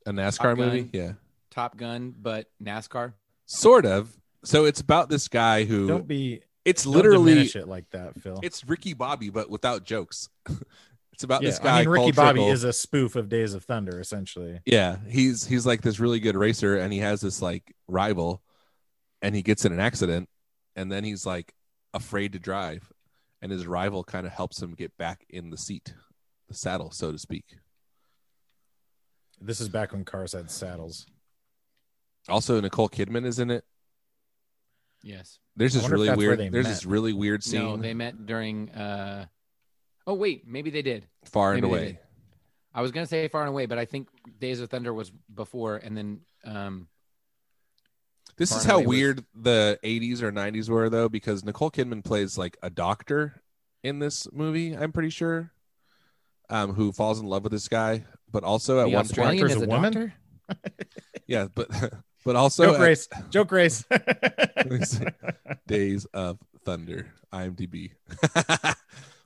S1: A NASCAR
S2: Gun.
S1: movie. Yeah.
S2: Top Gun but NASCAR?
S1: Sort of. So it's about this guy who
S3: Don't be
S1: it's
S3: don't
S1: literally
S3: diminish it like that, Phil.
S1: it's Ricky Bobby, but without jokes. it's about
S3: Yeah,
S1: this guy.
S3: I mean, Ricky
S1: Cole
S3: Bobby
S1: Trickle.
S3: is a spoof of Days of Thunder, essentially.
S1: Yeah, he's he's like this really good racer, and he has this like rival, and he gets in an accident, and then he's like afraid to drive, and his rival kind of helps him get back in the seat, the saddle, so to speak.
S3: This is back when cars had saddles.
S1: Also, Nicole Kidman is in it.
S2: Yes.
S1: There's
S3: I
S1: this
S3: wonder if
S1: really
S3: that's where
S1: weird.
S3: they
S1: There's
S3: met.
S1: this really weird scene
S2: No, they met during uh Oh wait, maybe they did.
S1: far and
S2: maybe they
S1: away.
S2: did. I was gonna say Far and Away, but I think Days of Thunder was before, and then um,
S1: This
S2: Far
S1: is
S2: and
S1: how
S2: Away was-
S1: weird the 80s or 90s were, though, because Nicole Kidman plays like a doctor in this movie. I'm pretty sure, um, who falls in love with this guy, but also at
S2: the
S1: one point,
S2: Australian
S3: Doctor's
S2: is
S3: a
S2: a
S3: woman?
S2: doctor.
S1: yeah, but but also
S3: joke
S1: at
S3: race, joke race.
S1: Days of Thunder, IMDb,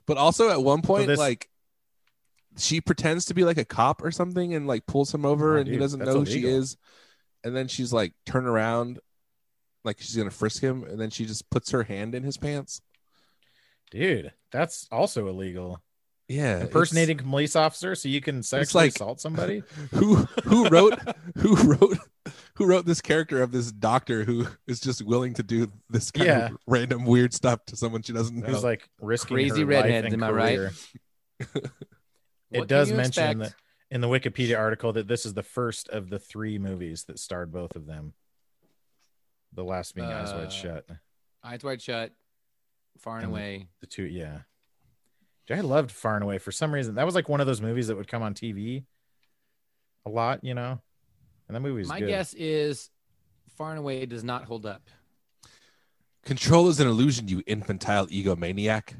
S1: but also at one point,
S3: this-
S1: like she pretends to be like a cop or something, and like pulls him over,
S3: Oh,
S1: and he
S3: dude,
S1: doesn't
S3: that's
S1: know who she
S3: illegal.
S1: is, and then she's like turn around, like she's gonna frisk him, and then she just puts her hand in his pants.
S3: Dude, that's also illegal.
S1: Yeah, it's-
S3: Impersonating a police officer so you can sexually
S1: like-
S3: assault somebody.
S1: who who wrote who wrote who wrote this character of this doctor who is just willing to do this kind
S3: Yeah.
S1: of random weird stuff to someone she doesn't know.
S3: Who's like risking
S2: Crazy
S3: her
S2: redheads,
S3: life and
S2: am I right?
S3: career.
S2: What
S3: It
S2: can
S3: does
S2: you
S3: mention that
S2: expect?
S3: in the Wikipedia article that this is the first of the three movies that starred both of them. The last being Eyes
S2: Uh,
S3: Wide Shut.
S2: Eyes Wide Shut, Far and
S3: And-
S2: Away.
S3: The two, yeah. Dude, I loved Far and Away for some reason. That was like one of those movies that would come on TV a lot, you know. And that movie was
S2: My
S3: good.
S2: guess is Far and Away does not hold up.
S1: Control is an illusion, you infantile egomaniac.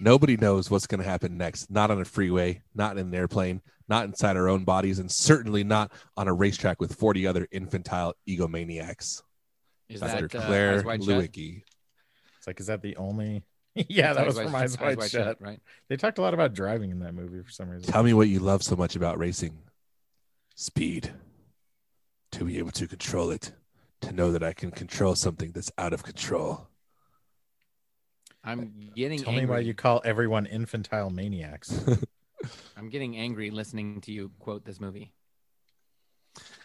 S1: Nobody knows what's going to happen next. Not on a freeway, not in an airplane, not inside our own bodies, and certainly not on a racetrack with 40 other infantile egomaniacs.
S2: Is
S1: Dr.
S2: that uh,
S1: Claire
S2: Eyes Wide Shut?
S1: Lewicki.
S3: It's like, is that the only? yeah, that
S2: Eyes
S3: was
S2: Wide-
S3: from Eyes Wide, Shut.
S2: right?
S3: They talked a lot about driving in that movie for some reason.
S1: Tell me what you love so much about racing speed. To be able to control it, to know that I can control something that's out of control.
S2: I'm getting
S3: Tell
S2: angry.
S3: me why you call everyone infantile maniacs.
S2: I'm getting angry listening to you quote this movie.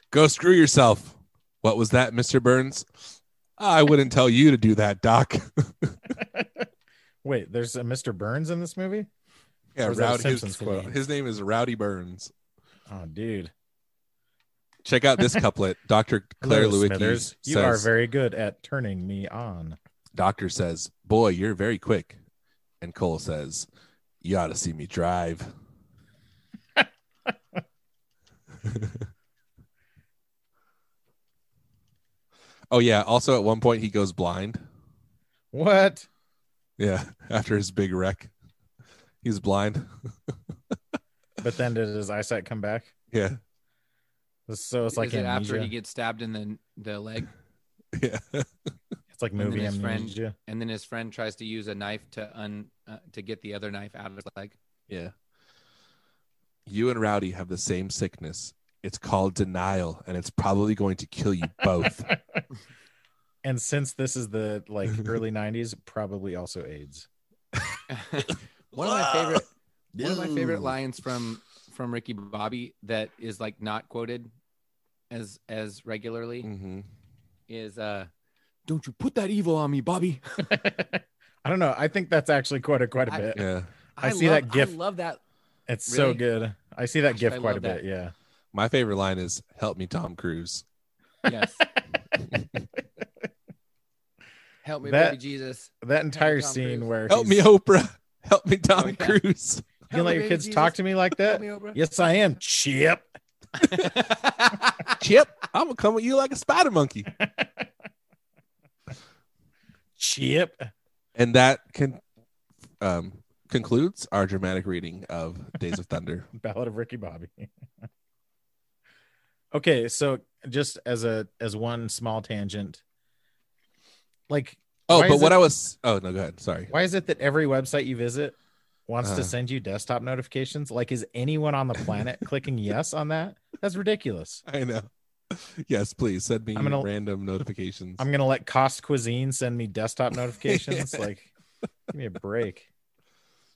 S1: Go screw yourself. What was that, Mr. Burns? I wouldn't tell you to do that, Doc.
S3: Wait, there's a Mr. Burns in this movie?
S1: yeah,
S3: Or is that a
S1: Rowdy. His,
S3: Simpsons quote?
S1: his name is Rowdy Burns.
S3: Oh, dude.
S1: Check out this couplet. Dr. Claire
S3: Hello,
S1: Lewicki
S3: Smithers. You are
S1: says-
S3: very good at turning me on.
S1: Doctor says, Boy, you're very quick. And Cole says, You ought to see me drive. oh, yeah. Also, at one point, he goes blind.
S3: What?
S1: Yeah. After his big wreck, he's blind.
S3: But then did his eyesight come back?
S1: Yeah.
S3: So it's like
S2: is it after
S3: amnesia.
S2: he gets stabbed in the the leg,
S1: Yeah.
S3: It's like
S2: then
S3: movie
S2: his friend-
S3: amnesia.
S2: and then his friend tries to use a knife to un uh, to get the other knife out of his leg?
S1: Yeah. You and Rowdy have the same sickness. It's called denial, and it's probably going to kill you both.
S3: And since this is the like early 90s, probably also AIDS.
S2: one of my favorite one of my favorite
S1: Ew.
S2: lines from from Ricky Bobby that is like not quoted as as regularly
S3: Mm.
S1: hmm
S2: is uh don't you put that evil on me, Bobby.
S3: I don't know. I think that's actually quoted quite a
S2: I-
S3: bit.
S1: Yeah.
S3: I see
S2: love-
S3: that gif.
S2: I love that.
S3: It's so
S2: Really?
S3: good. I see that
S2: Gosh,
S3: gif
S2: I
S3: quite a
S2: love
S3: bit.
S2: that.
S3: Yeah.
S1: My favorite line is "Help me, Tom Cruise."
S2: Yes. Help me,
S3: That-
S2: baby Jesus.
S3: That entire
S2: Tom
S3: scene
S2: Cruise.
S3: where
S1: Help me,
S3: he's-
S1: Oprah. Help me, Tom
S3: Oh,
S2: yeah.
S1: Cruise.
S3: you
S2: Help me,
S3: know, let your
S2: baby
S3: kids
S2: Jesus.
S3: talk to me like
S2: Help
S3: that.
S2: me, Oprah.
S3: Yes, I am. Chip.
S1: Chip, I'm gonna come at you like a spider monkey.
S3: Chip.
S1: And that can um, concludes our dramatic reading of Days of Thunder.
S3: Ballad of Ricky Bobby. okay, so just as a as one small tangent, like
S1: Oh,
S3: Why
S1: but
S3: is
S1: what
S3: it-
S1: I was oh no, go ahead. Sorry.
S3: why is it that every website you visit wants
S1: Uh.
S3: to send you desktop notifications? Like, is anyone on the planet clicking yes on that? That's ridiculous.
S1: I know. Yes, please send me
S3: I'm gonna-
S1: random notifications.
S3: I'm gonna let Cost Cuisine send me desktop notifications. Like, give me a break.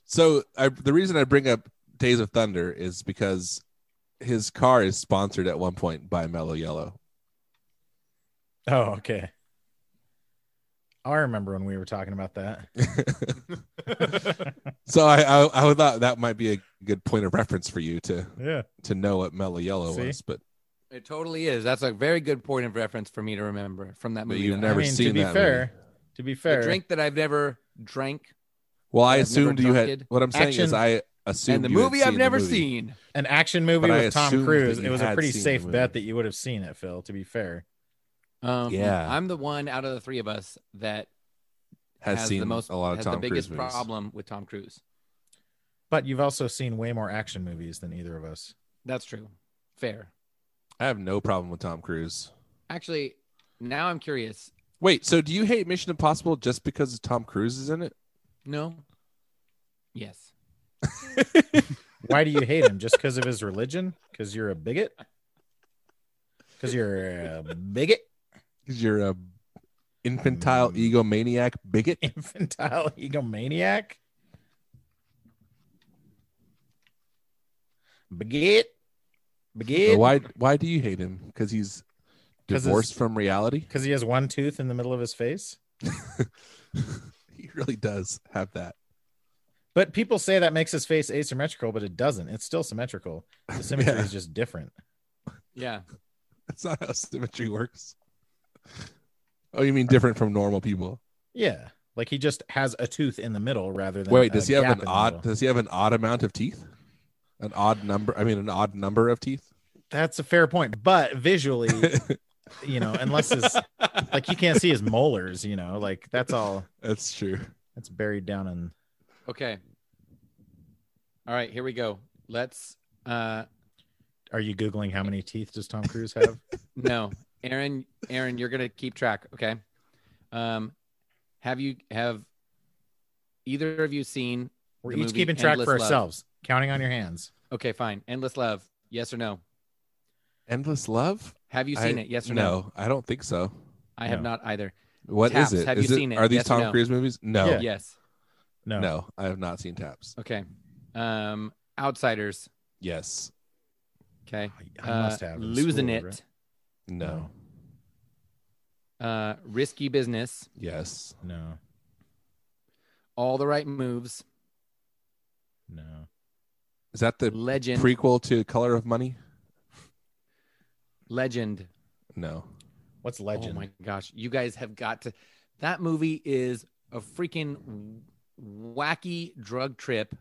S1: So I, the reason I bring up Days of Thunder is because his car is sponsored at one point by Mellow Yellow.
S3: Oh, okay. I remember when we were talking about that.
S1: so I, I I thought that might be a good point of reference for you to
S3: yeah.
S1: to know what Mellow Yellow
S3: See?
S1: was, but
S2: It totally is. That's a very good point of reference for me to remember from that
S1: But
S2: movie.
S1: you've
S2: that I-
S1: never
S3: I mean, to
S1: seen
S3: be
S1: that
S3: fair, to be fair,
S2: The drink that I've never drank,
S1: well, I
S2: I've never
S1: assumed you had.
S2: drunken.
S1: What I'm saying is
S3: Action.
S1: I assumed
S2: and the
S1: you had
S2: movie
S1: seen
S2: I've
S1: the
S2: never
S1: movie.
S2: seen.
S3: an action movie
S1: But I
S3: with Tom
S1: assumed
S3: Cruise,
S1: that
S3: it
S1: you
S3: was a
S1: had
S3: pretty
S1: seen the
S3: safe
S1: movie.
S3: bet that you would have seen it, Phil. To be fair,
S2: Um,
S1: Yeah.
S2: I'm the one out of the three of us that
S1: Has,
S2: has
S1: seen
S2: the most
S1: a lot of
S2: has
S1: Tom
S2: the biggest
S1: Cruise movies.
S2: problem with Tom Cruise.
S3: but you've also seen way more action movies than either of us.
S2: That's true. Fair.
S1: I have no problem with Tom Cruise.
S2: Actually, now I'm curious.
S1: Wait, so do you hate Mission Impossible just because Tom Cruise is in it?
S2: No. Yes.
S3: Why do you hate him? Just because of his religion? Because you're a bigot? Because you're a bigot,
S1: Because you're a infantile
S3: Mm.
S1: egomaniac bigot.
S3: infantile egomaniac? Bigot, bigot.
S1: Why? Why do you hate him? Because he's
S3: 'Cause
S1: divorced
S3: it's-
S1: from reality.
S3: Because he has one tooth in the middle of his face.
S1: He really does have that.
S3: But people say that makes his face asymmetrical, but it doesn't. It's still symmetrical. The symmetry
S1: Yeah.
S3: is just different.
S2: Yeah.
S1: That's not how symmetry works. Oh, you mean different from normal people?
S3: Yeah. Like he just has a tooth in the middle rather than.
S1: Wait,
S3: a
S1: does he have
S3: gap
S1: an
S3: in the
S1: odd?
S3: middle.
S1: Does he have an odd amount of teeth? An odd number. I mean, an odd number of teeth.
S3: That's a fair point. But visually, you know, unless his like you can't see his molars, you know, like that's all
S1: That's true.
S3: that's buried down in
S2: Okay. All right, here we go. Let's uh
S3: are you googling how many teeth does Tom Cruise have?
S2: no. Aaron, Aaron, you're gonna keep track, okay? Um have you have either of you seen
S3: We're
S2: The
S3: each
S2: movie
S3: keeping track
S2: Endless
S3: for
S2: Love.
S3: ourselves, counting on your hands.
S2: okay, fine. Endless Love, yes or no?
S1: Endless love?
S2: Have you seen it? Yes or no?
S1: I don't think so.
S2: I have
S3: No.
S2: not either.
S1: What is
S2: Taps,
S1: it?
S2: have
S1: Is
S2: you seen it?
S1: Are these
S2: Yes or
S1: Tom
S2: no?
S1: Cruise movies? No.
S3: Yeah.
S2: Yes.
S3: No.
S1: No, I have not seen Taps.
S2: Okay. Um Outsiders,
S1: Yes.
S2: okay.
S3: I must
S2: Uh,
S3: have in
S2: losing
S3: school,
S2: it.
S3: right?
S1: No.
S2: Uh, risky business.
S1: Yes.
S3: No.
S2: All the right moves.
S3: No.
S1: Is that the
S2: Legend.
S1: prequel to Color of Money?
S2: legend.
S1: No.
S3: What's legend?
S2: Oh my gosh, you guys have got to. That movie is a freaking w- wacky drug trip.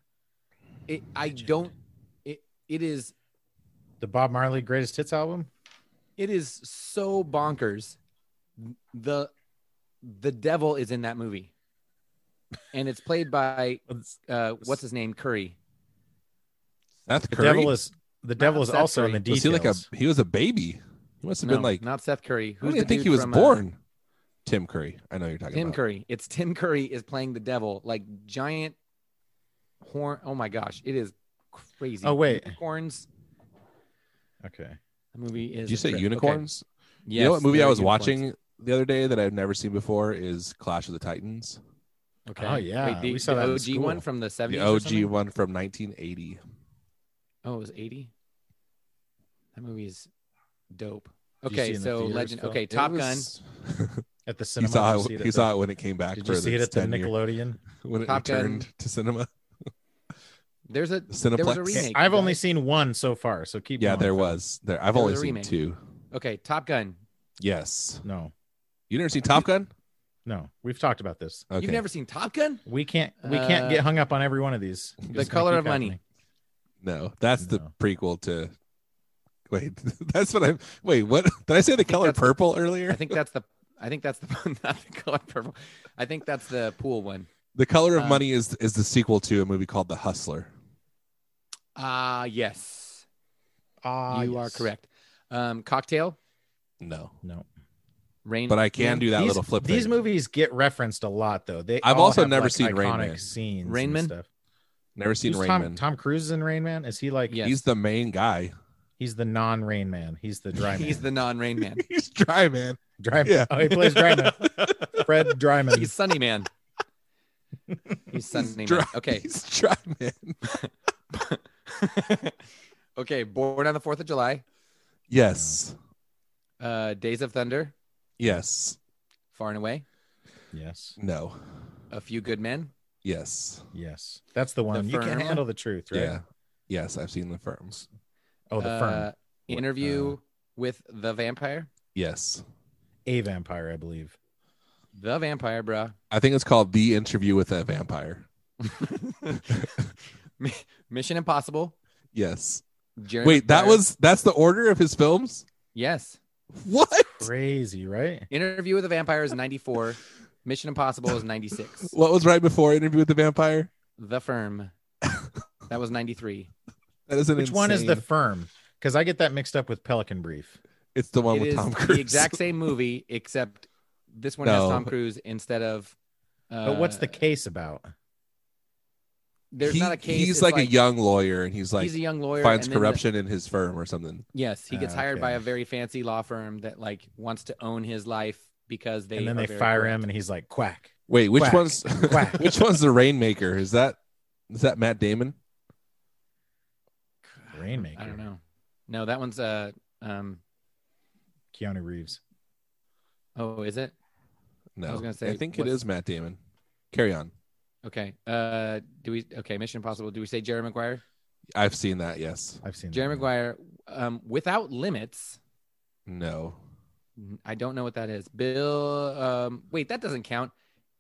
S2: It, I
S3: Legend.
S2: don't. It, it is.
S3: the Bob Marley greatest hits album?
S2: It is so bonkers. The, the devil is in that movie, and it's played by uh, what's his name Curry.
S1: That's
S3: The
S1: Curry.
S3: devil is the devil is
S2: Seth
S3: also in the
S2: Curry.
S1: was
S3: details.
S1: he like a he was a baby? He must have
S2: No,
S1: been like
S2: not Seth Curry.
S1: I don't
S2: Who's
S1: even
S2: the
S1: think
S2: dude
S1: he was
S2: from, uh,
S1: born. Tim Curry. I know who you're talking
S2: Tim
S1: about.
S2: Curry. It's Tim Curry is playing the devil, like giant horn. Oh my gosh, it is crazy.
S3: Oh, wait.
S2: unicorns.
S3: okay.
S2: The movie is.
S1: Did you
S2: a
S1: say
S2: trip. Okay.
S1: unicorns?
S2: Yes,
S1: you know what movie
S2: there
S1: I
S2: are
S1: was
S2: unicorns.
S1: watching the other day that I've never seen before is Clash of the Titans.
S2: Okay.
S3: Oh, yeah,
S2: Wait, the,
S3: we saw
S2: the
S3: that in
S2: OG one
S3: school.
S2: from the
S1: The
S2: seventies.
S1: OG one from 1980.
S2: Oh, it was eighty. That movie is dope.
S3: Did you see it
S2: Okay,
S3: in the
S2: so
S3: theaters,
S2: Legend.
S3: Phil?
S2: Okay,
S1: It
S2: Top Gun.
S1: was-
S3: At the
S1: he
S3: cinema.
S1: saw
S3: Did you
S1: it,
S3: see it
S1: he
S3: at
S1: saw it when it came back.
S3: the- Did
S1: for
S3: you see it
S1: its
S3: at the
S1: 10 year-
S3: Nickelodeon?
S1: when it
S2: Top Gun.
S1: returned to cinema?
S2: There's a.
S1: The
S2: There was a
S1: Cineplex?
S2: remake.
S3: I've only
S2: right?
S3: seen one so far, so keep
S1: Yeah,
S3: going.
S1: there was. There, I've
S2: There
S1: only
S2: was a
S1: seen
S2: remake.
S1: two.
S2: Okay, Top Gun.
S1: Yes,
S3: No,
S1: you never seen Top Gun?
S3: no, we've talked about this.
S1: Okay.
S2: You've never seen Top Gun?
S3: We can't we can't
S2: Uh,
S3: get hung up on every one of these. Just gonna
S2: Color
S3: keep
S2: of Money.
S3: happening.
S1: No, that's the
S3: No.
S1: prequel to. Wait, that's what I. Wait, what did I say? The color
S2: that's the-
S1: purple earlier?
S2: I think that's the. I think that's the. not the color purple. I I think that's the pool one.
S1: The Color
S3: Uh,
S1: of
S2: Um,
S1: Money is is the sequel to a movie called The Hustler.
S2: Ah, yes.
S3: Ah,
S2: you are
S3: yes.
S2: correct. Um, cocktail,
S1: No,
S3: No,
S2: rain.
S1: but I can do that
S3: These-
S1: little flip.
S3: These
S1: thing.
S3: movies get referenced a lot, though. They
S1: I've
S3: all
S1: also
S3: have,
S1: never
S3: like,
S1: seen Rain
S3: iconic
S1: Man.
S3: scenes.
S2: Rain
S3: and
S2: Man?
S3: stuff.
S1: never seen
S3: Who's
S1: Rain
S3: Tom,
S1: Man.
S3: Tom Cruise is in Rain Man. Is he like?
S2: Yeah.
S1: He's the main guy.
S3: He's the non-Rain Man. He's the dry man.
S2: He's the non-rain man.
S1: He's dry man.
S3: dry man.
S1: Yeah.
S3: Oh, he plays dry man. Fred Dryman.
S2: He's sunny man. He's sunny man.
S1: dry.
S2: Okay.
S1: He's dry man.
S2: okay. Born on the Fourth of July.
S1: Yes.
S2: Uh, Days of Thunder.
S1: Yes.
S2: Far and away.
S3: yes,
S1: No.
S2: A few good men.
S1: Yes.
S3: yes, that's the one. you
S2: Firm.
S3: can't handle the truth, right?
S1: Yeah. Yes, I've seen the firms.
S3: Oh, the
S2: Uh,
S3: firm.
S1: Uh,
S2: interview with the vampire.
S1: Yes.
S3: A vampire, I believe.
S2: The vampire, bruh.
S1: I think it's called The Interview with a Vampire.
S2: Mi- Mission Impossible.
S1: Yes.
S2: Jeremy
S1: Wait, that
S2: Renner.
S1: was that's the order of his films?
S2: yes.
S1: What?
S3: Crazy, right?
S2: Interview with the Vampire is 94. Mission Impossible is 96.
S1: What was right before Interview with the Vampire?
S2: The Firm. That was 93.
S1: That is an
S3: Which one is the
S1: insane-
S3: firm? Because I get that mixed up with Pelican Brief.
S1: It's the one
S2: It
S1: with
S2: is
S1: Tom Cruise.
S2: the exact same movie, except this one
S1: No.
S2: has Tom Cruise instead of. Uh,
S3: But what's the case about?
S2: There's
S1: He-
S2: not a case.
S1: He's
S2: it's
S1: like, a young lawyer, and he's like
S2: he's a young lawyer.
S1: finds
S2: and then the-
S1: corruption in his firm or something.
S2: yes, he gets
S3: Ah,
S2: hired
S3: okay.
S2: by a very fancy law firm that like wants to own his life because they.
S3: and then
S2: are
S3: they
S2: very
S3: fire
S2: corrupt.
S3: him, and he's like, "Quack."
S1: Wait, which
S3: Quack.
S1: one's
S3: Quack.
S1: which one's the Rainmaker? Is that is that Matt Damon?
S3: Rainmaker.
S2: I don't know. No, that one's uh um.
S3: Keanu Reeves.
S2: Oh, is it?
S1: No,
S2: was gonna say,
S1: think it
S2: what's-
S1: is Matt Damon. Carry on.
S2: Okay. Uh, do we? Okay, Mission Impossible. Do we say Jerry Maguire?
S1: I've seen that. Yes.
S3: I've seen that
S2: Jerry
S3: one.
S2: Maguire, um, without limits.
S1: No.
S2: I don't know what that is. Bill. Um, wait, that doesn't count.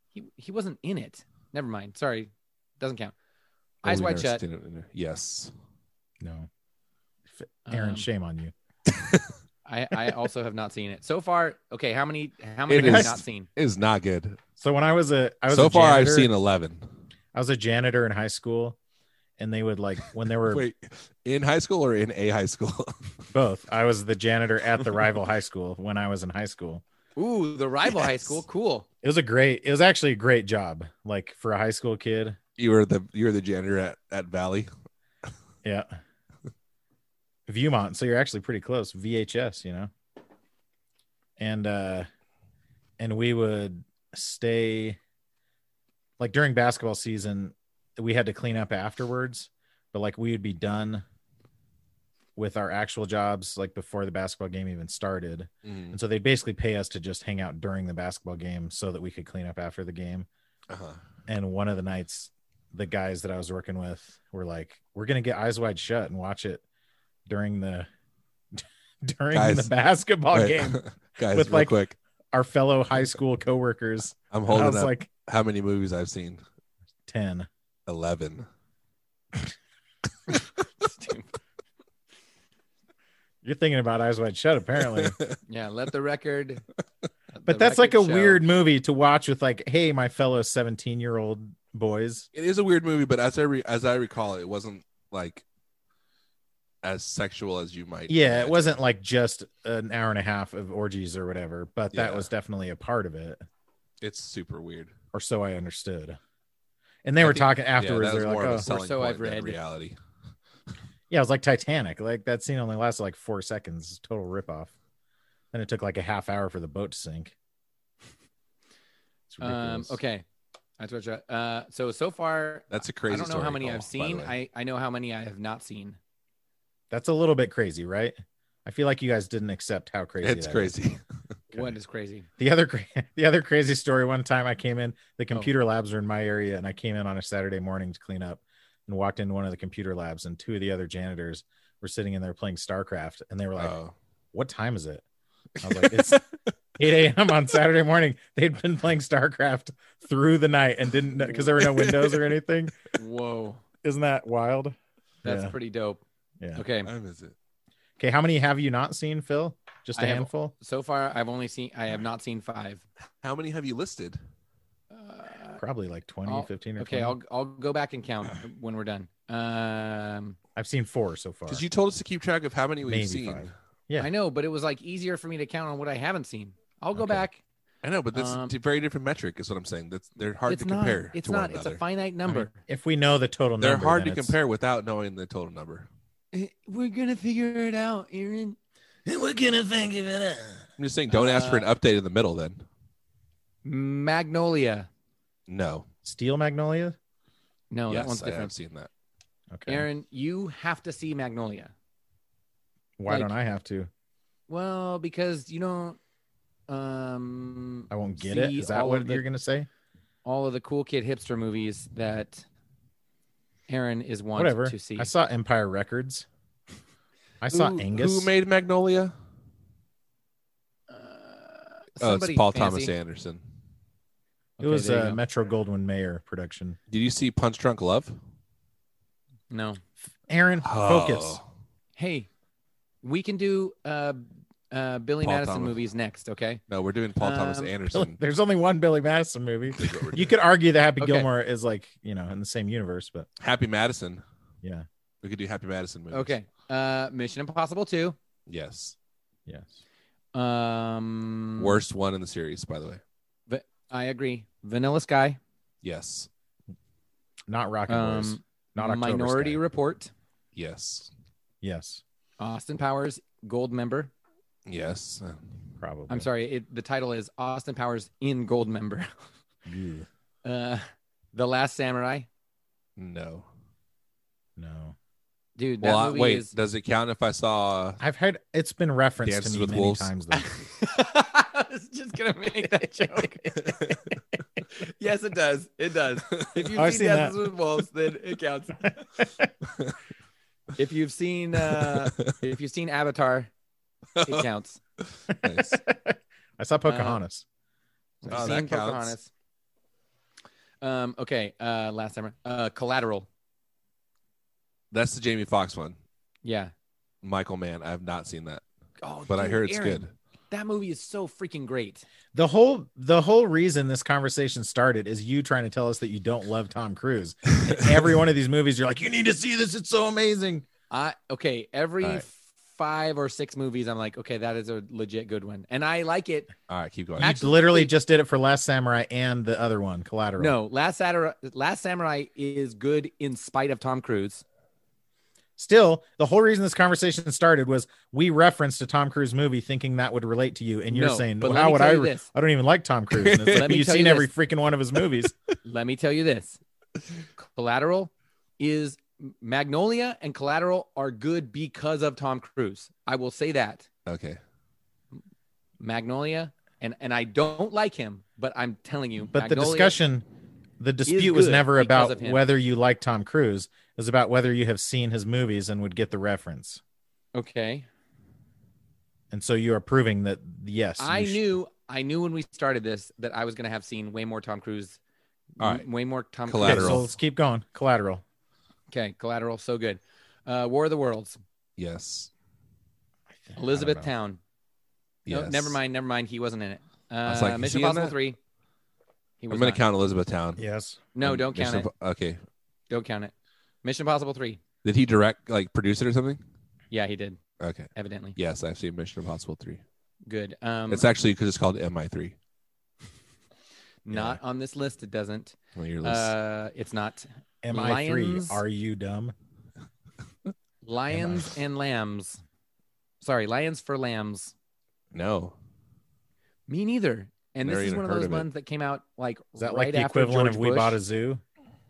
S2: He he wasn't in it. Never mind. Sorry, doesn't count. Eyes
S1: We've
S2: wide
S1: never
S2: shut.
S1: seen it in there. Yes.
S3: No, Aaron,
S2: Um,
S3: shame on you.
S2: I I also have not seen it so far. Okay, how many how
S1: It
S2: many have you
S1: is-
S2: not seen?
S1: It is not good.
S3: So when I was a, I was
S1: So
S3: a
S1: far, I've
S3: janitor-
S1: seen eleven.
S3: I was a janitor in high school, and they would like when they were
S1: Wait, in high school or in a high school?
S3: both. I was the janitor at the rival high school when I was in high school.
S2: Ooh, the rival high
S1: Yes.
S2: school. Cool.
S3: It was a great. It was actually a great job, like for a high school kid.
S1: you were the you were the janitor at, at Valley.
S3: Yeah. Viewmont. So you're actually pretty close. VHS, you know. And uh and we would stay like during basketball season, we had to clean up afterwards, but like we would be done with our actual jobs like before the basketball game even started. And so they basically pay us to just hang out during the basketball game so that we could clean up after the game
S1: Uh-huh.
S3: and one of the nights the guys that i was working with were like we're gonna get eyes wide shut and watch it during the during
S1: Guys,
S3: the basketball
S1: Wait,
S3: Oh, game
S1: guys,
S3: With,
S1: real
S3: like-
S1: quick.
S3: our fellow high school coworkers
S1: I'm
S3: and i
S1: holding
S3: was
S1: up
S3: like
S1: how many movies I've seen.
S3: 10
S1: Eleven.
S3: you're thinking about eyes wide shut apparently
S2: Yeah, let the record. let the
S3: but that's like a
S2: record show.
S3: weird movie to watch with like hey my fellow 17 year old boys
S1: it is a weird movie, but as I re- as I recall, it wasn't like as sexual as you might.
S3: yeah it
S1: imagine.
S3: wasn't like just an hour and a half of orgies or whatever but that
S1: Yeah.
S3: was definitely a part of it
S1: It's super weird.
S3: or so i understood and they
S1: I
S3: were
S1: think-
S3: talking
S1: yeah,
S3: afterwards
S1: that was
S3: they were
S1: more
S3: like
S1: of
S3: oh
S1: a selling
S2: so
S1: point
S2: I've
S1: than
S2: read.
S1: reality.
S3: Yeah, it was like Titanic. Like that scene only lasted like four seconds. It's a Total ripoff. Then it took like a half hour for the boat to sink. It's
S2: Um,
S3: ridiculous.
S2: okay, that's what. you're- Uh, so so far,
S1: That's a crazy.
S2: I don't know
S1: story,
S2: how many
S1: Cole,
S2: I've
S1: by the
S2: seen.
S1: way.
S2: I I know how many I have not seen.
S3: that's a little bit crazy, right? I feel like you guys didn't accept how crazy.
S1: it's
S3: that is.
S1: crazy.
S3: Okay.
S2: What is crazy?
S3: The other cra- the other crazy story. One time, I came in.
S1: Oh.
S3: The computer labs are in my area, and I came in on a Saturday morning to clean up, and walked into one of the computer labs, and two of the other janitors were sitting in there playing StarCraft, and they were like,
S1: Oh.
S3: what time is it? I was like, it's 8 a.m. on Saturday morning. They'd been playing StarCraft through the night and didn't know because there were no windows or anything.
S2: Whoa,
S3: Isn't that wild?
S2: that's
S3: Yeah.
S2: pretty dope.
S3: Yeah.
S2: Okay,
S1: What time is it?
S3: Okay. How many have you not seen, Phil? Just a
S2: I have-
S3: handful?
S2: so far I've only seen I have not seen five.
S1: How many have you listed?
S2: Uh,
S3: probably like 20,
S2: I'll-
S3: 15 or
S2: Okay,
S3: 20.
S2: I'll I'll go back and count when we're done. Um,
S3: I've seen four so far.
S1: Because you told us to keep track of how many we've
S3: Maybe
S1: seen.
S3: five. Yeah.
S2: I know, but it was like easier for me to count on what I haven't seen. I'll go
S3: Okay.
S2: back.
S1: I know, but that's
S2: Um,
S1: a very different metric. Is what I'm saying. That's they're hard
S2: it's
S1: to
S2: not.
S1: compare.
S2: it's
S1: to
S2: not.
S1: One
S2: It's
S1: another.
S2: a finite
S3: I mean,
S2: number.
S3: if we know the total number,
S1: they're hard to
S3: then it's-
S1: compare without knowing the total number.
S2: Eh, We're gonna figure it out, Aaron.
S3: We're gonna think of it.
S1: I'm just saying, don't ask for an
S2: Uh,
S1: update in the middle. Then
S2: Magnolia.
S1: no.
S3: Steel Magnolia.
S2: No,
S1: yes,
S2: that one's
S1: I have
S2: different.
S1: seen that.
S3: Okay.
S2: Aaron, you have to see Magnolia.
S3: Why
S2: like-
S3: don't I have to?
S2: Well, because you don't um
S3: I won't get it.
S2: see
S3: Is that
S2: all
S3: what
S2: of the-
S3: you're gonna say?
S2: all of the cool kid hipster movies that Aaron is wanting
S3: Whatever.
S2: to see.
S3: I saw Empire Records. I saw
S1: who,
S3: Angus.
S1: Who made Magnolia?
S2: Uh,
S1: Oh, it's
S2: somebody
S1: Paul
S2: fancy.
S1: Thomas Anderson.
S3: it
S2: Okay,
S3: was
S1: uh,
S2: there you
S3: a
S2: go.
S3: Metro Goldwyn Mayer production.
S1: Did you see Punch Drunk Love?
S2: no.
S3: Aaron, focus.
S1: Oh.
S2: Hey, we can do uh uh Billy
S1: Paul
S2: Madison
S1: Thomas.
S2: movies next, okay?
S1: No, we're doing Paul Thomas
S2: Um,
S1: Anderson.
S3: There's only one Billy Madison movie.
S1: is what we're
S3: You
S1: doing.
S3: could argue that Happy
S2: Okay.
S3: Gilmore is like you know in the same universe, but
S1: Happy Madison.
S3: yeah,
S1: We could do Happy Madison movies.
S2: Okay. Uh Mission Impossible 2.
S1: Yes.
S3: yes.
S2: Um
S1: Worst one in the series, by the way.
S2: I agree. Vanilla Sky.
S1: Yes.
S3: Not Rocket Boys.
S2: Um
S3: Not October
S2: Minority
S3: Sky.
S2: Report.
S1: Yes.
S3: yes,
S2: Austin Powers Gold member.
S1: Yes. Uh,
S3: probably.
S2: I'm sorry. It, the title is Austin Powers in Gold Member.
S3: Ugh,
S2: Uh, the Last Samurai,
S1: No.
S3: no,
S2: dude. That
S1: Well, I-
S2: movie
S1: wait.
S2: is.
S1: Does it count if I saw?
S3: I've heard it's been referenced
S1: Dances
S3: to me
S1: with
S3: many
S1: Wolves.
S3: times. Though.
S2: I was just gonna make that joke. yes, it does. It does. If you've
S3: I've
S2: seen,
S3: seen
S2: Dances with Wolves, then it counts. if you've seen, uh, if you've seen Avatar, it counts.
S1: Nice.
S3: I saw
S2: Uh-huh.
S3: Pocahontas.
S2: If
S1: Oh,
S2: you've
S1: that
S2: seen
S1: counts.
S2: Pocahontas. Um. Okay. Uh. Last Samurai. Uh. Collateral.
S1: That's the Jamie Foxx one.
S2: Yeah.
S1: Michael Mann. I have not seen that,
S2: Oh,
S1: but I
S2: dude,
S1: hear it's
S2: Aaron,
S1: good.
S2: That movie is so freaking great.
S3: the whole the whole reason this conversation started is you trying to tell us that you don't love Tom Cruise. And every one of these movies, you're like, you need to see this. It's so amazing.
S2: I okay, every
S3: All right.
S2: five or six movies, I'm like, okay, that is a legit good one, and I like it.
S1: All right, keep going.
S3: You
S2: Actually,
S3: literally
S2: wait.
S3: just did it for Last Samurai and the other one, Collateral.
S2: No, Last Samurai, Last Samurai is good in spite of Tom Cruise.
S3: Still, the whole reason this conversation started was we referenced a Tom Cruise movie thinking that would relate to you, and you're
S2: No,
S3: saying,
S2: but
S3: well,
S2: let
S3: "How
S2: me
S3: would
S2: tell
S3: I?"
S2: you
S3: re-
S2: this.
S3: I don't even like Tom Cruise. And
S1: Let
S3: it's like,
S2: me
S3: but you've
S2: tell you
S3: seen every
S2: this.
S3: freaking one of his movies.
S2: Let me tell you this: Collateral is Magnolia and Collateral are good because of Tom Cruise. I will say that
S1: Okay.
S2: Magnolia, and and I don't like him, but I'm telling you,
S3: But the
S2: Magnolia-
S3: discussion, the dispute was
S2: good
S3: never
S2: because
S3: about
S2: of him.
S3: whether you like Tom Cruise. It was about whether you have seen his movies and would get the reference.
S2: Okay,
S3: And so you are proving that yes, you
S2: I
S3: sh-
S2: knew I knew when we started this that I was gonna have seen way more Tom Cruise.
S1: All right.
S2: Way more Tom
S3: Okay,
S1: Collateral.
S3: so
S2: Cruise.
S3: let's keep going. Collateral.
S2: Okay, collateral, so good. Uh War of the Worlds,
S1: Yes.
S2: Elizabeth Town.
S1: Yes.
S2: No, never mind, never mind. He wasn't in it. Uh
S1: was like, is
S2: Mission
S1: he in
S2: Impossible
S1: that?
S2: Three. He was
S1: I'm gonna
S2: not.
S1: count Elizabeth Town.
S3: Yes.
S2: No,
S1: And
S2: don't count
S1: Mission
S2: it.
S1: Impo- okay.
S2: Don't count it. Mission Impossible Three.
S1: Did he direct, like, produce it or something?
S2: Yeah, he did,
S1: Okay.
S2: evidently.
S1: Yes, I've seen Mission Impossible three.
S2: Good. Um
S1: it's actually because it's called MI three
S2: not on this list, it doesn't.
S1: on your list.
S2: Uh it's not.
S3: Am I three?
S2: Lions.
S3: Are you dumb?
S2: Lions and Lambs. Sorry, Lions for Lambs.
S1: no,
S2: Me neither. And
S1: Never
S2: this is
S1: even
S2: one of
S1: heard
S2: those
S1: of it.
S2: ones that came out like
S3: Is that
S2: right
S3: like the
S2: after
S3: equivalent
S2: George
S3: of We
S2: Bush.
S3: Bought a Zoo?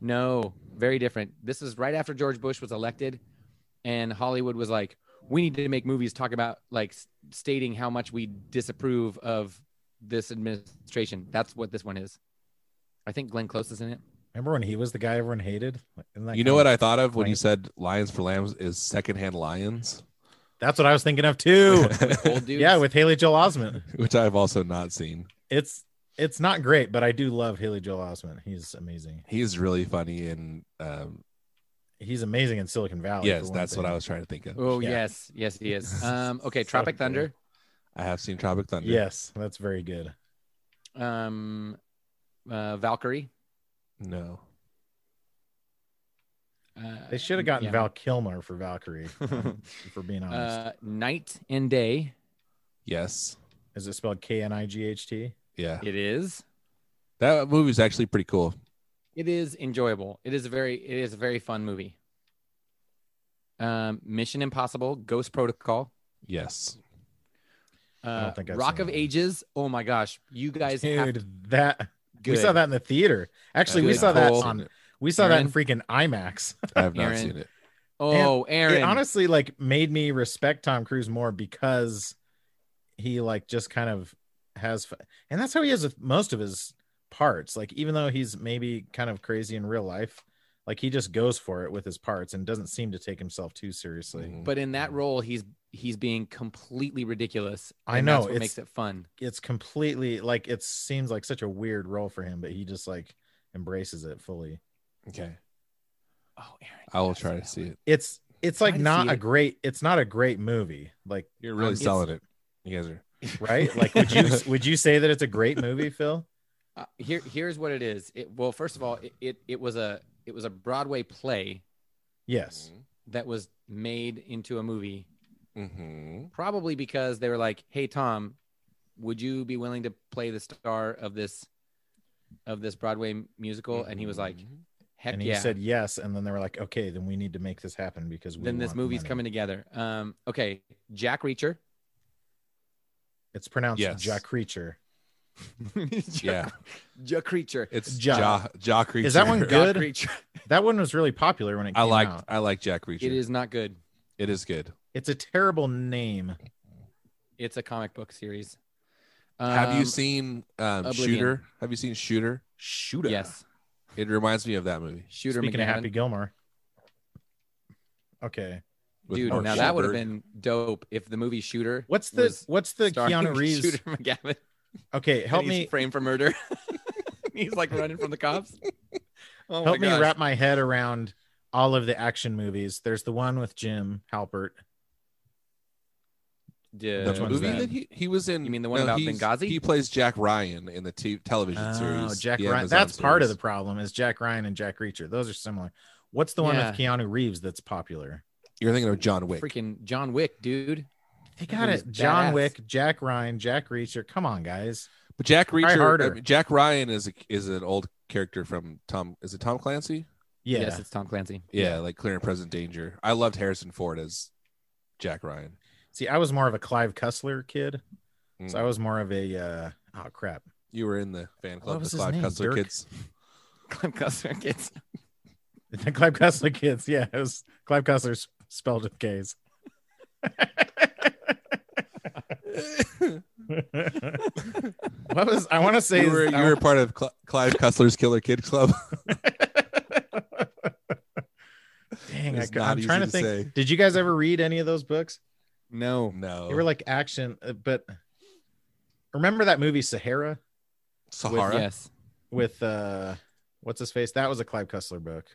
S2: No, very different. This is right after George Bush was elected, and Hollywood was like, "We need to make movies talk about like s- stating how much we disapprove of this administration." That's what this one is. I think Glenn Close is in it.
S3: Remember when he was the guy everyone hated? Like, isn't that
S1: you
S3: kind
S1: know
S3: of-
S1: what I thought of when you
S3: Lions.
S1: said Lions for Lambs is secondhand lions,
S3: That's what I was thinking of too.
S2: Old dudes.
S3: yeah, with Haley Joel Osment.
S1: which I've also not seen.
S3: It's it's not great, but I do love Haley Joel Osment. He's amazing.
S1: He's really funny and um,
S3: Oh, He's amazing in Silicon Valley.
S1: yes,
S3: for one
S1: that's what
S3: thing.
S1: I was trying to think of.
S2: oh
S3: Yeah.
S2: yes, yes he is. Um, okay,
S3: So
S2: Tropic
S3: good.
S2: Thunder.
S1: I have seen Tropic Thunder.
S3: Yes, that's very good.
S2: Um, uh, Valkyrie.
S1: No.
S2: Uh,
S3: They should have gotten
S2: yeah.
S3: Val Kilmer for Valkyrie, for being honest.
S2: Uh, night and day.
S1: Yes.
S3: Is it spelled K N I G H T?
S1: Yeah.
S2: It is.
S1: That movie's actually pretty cool.
S2: It is enjoyable. It is a very. It is a very fun movie. Um, Mission Impossible, Ghost Protocol,
S1: Yes.
S3: don't
S2: uh,
S3: think I've
S2: Rock
S3: seen
S2: of
S3: that.
S2: Ages. Oh my gosh, you guys have
S3: Dude, that we
S2: Good.
S3: saw that in the theater. Actually, we
S2: Good
S3: saw that
S2: call.
S3: on we saw that in freaking IMAX.
S1: I have not
S2: Aaron.
S1: seen it.
S2: Oh,
S3: It
S2: Aaron.
S3: honestly like made me respect Tom Cruise more because he like just kind of has f- and that's how he has with most of his parts. Like even though he's maybe kind of crazy in real life, like he just goes for it with his parts and doesn't seem to take himself too seriously.
S1: Mhm.
S2: but in that role, he's he's being completely ridiculous.
S3: I
S2: and
S3: know,
S2: that's what
S3: it's-
S2: makes it fun.
S3: It's completely like it seems like such a weird role for him, but he just like embraces it fully.
S1: Okay.
S2: Oh, Aaron,
S1: I will
S2: yes,
S1: try
S2: that
S1: to see
S2: one.
S1: it.
S3: It's it's
S2: Try
S3: like
S2: to
S3: not
S2: see
S3: a
S2: it.
S3: great it's not a great movie. Like
S1: You're really
S3: I'm-
S1: selling it. You guys are.
S3: right? Like, would you would you say that it's a great movie, Phil?
S2: Uh, here, here's what it is. It, well, first of all, it, it it was a it was a Broadway play
S3: Yes.
S2: that was made into a movie,
S1: Mm-hmm.
S2: probably because they were like, "Hey, Tom, would you be willing to play the star of this of this Broadway musical?" And he was like,
S1: Mm-hmm.
S2: "Heck
S3: Mm-hmm. And he
S2: yeah!"
S3: said yes, and then they were like, okay, then we need to make this happen because we
S2: then this
S3: want
S2: movie's
S3: money.
S2: coming together. Um, okay, Jack Reacher.
S3: It's pronounced
S1: Yes.
S3: Jack Creature.
S1: Yeah.
S2: Jack Reacher.
S1: It's
S3: Ja-
S1: Jaw Jaw Creature.
S3: Is that one
S2: Jack
S3: good?
S2: Reacher.
S3: That one was really popular when it
S1: I
S3: came
S1: like
S3: out.
S1: I like Jack Reacher.
S2: It is not good.
S1: It is good.
S3: It's a terrible name.
S2: It's a comic book series.
S1: Have
S2: Um,
S1: you seen um,
S2: Oblivion.
S1: Shooter? Have you seen Shooter?
S3: Shooter.
S2: Yes,
S1: It reminds me of that movie.
S2: Shooter
S3: Speaking
S2: McGavin.
S3: of Happy Gilmore. Okay.
S1: with
S3: Oh,
S2: Dude,
S1: Mark
S2: now that would have
S1: Wahlberg.
S2: been dope if the movie Shooter.
S3: What's the
S2: was
S3: what's the
S2: starring
S3: Keanu Reeves?
S2: Shooter McGavin.
S3: Okay, help
S2: and he's
S3: me
S2: framed for murder. he's like running from the cops. Oh my
S3: help me
S2: gosh.
S3: wrap my head around all of the action movies. There's the one with Jim Halpert.
S2: Dude.
S1: the
S3: Which one's
S1: movie
S3: that?
S1: that he, he was in.
S2: You mean the one about
S1: he's-
S2: Benghazi?
S1: He plays Jack Ryan in the t- television series.
S3: Oh, Jack
S1: the
S3: Ryan.
S1: Amazon
S3: that's part of the
S1: series.
S3: problem is Jack Ryan and Jack Reacher. Those are similar. What's the one with Keanu Reeves that's popular?
S1: You're thinking of John Wick.
S2: Freaking John Wick, dude.
S3: They
S2: That
S3: got
S2: movie's
S3: it. John
S2: badass.
S3: Wick, Jack Ryan, Jack Reacher. Come on, guys.
S1: But Jack Reacher,
S3: harder.
S1: I mean, Jack Ryan is a, is an old character from Tom. Is it Tom Clancy?
S3: Yeah.
S2: Yes, it's Tom Clancy.
S1: Yeah, like Clear and Present Danger. I loved Harrison Ford as Jack Ryan.
S3: See, I was more of a Clive Cussler kid.
S1: Mm.
S3: So I was more of a uh oh crap.
S1: You were in the fan club,
S3: was
S1: the
S3: his
S1: Clive
S3: name?
S1: Cussler
S3: Dirk?
S1: kids.
S2: Clive Cussler gets
S3: The Clive Cussler kids. Yeah, it was Clive Cussler s- spelled with K's. what was I want to say
S1: you
S3: is- oh,
S1: were, you
S3: I-
S1: were part of Cl- Clive Cussler's Killer Kid Club.
S3: Dang, I,
S1: It's not
S3: am
S1: easy
S3: trying to
S1: to
S3: think.
S1: say.
S3: Did you guys ever read any of those books?
S2: no.
S1: no,
S3: They were like action, uh, but remember that movie Sahara
S1: Sahara.
S2: Yes.
S3: with uh, what's his face? That was a Clive Cussler book.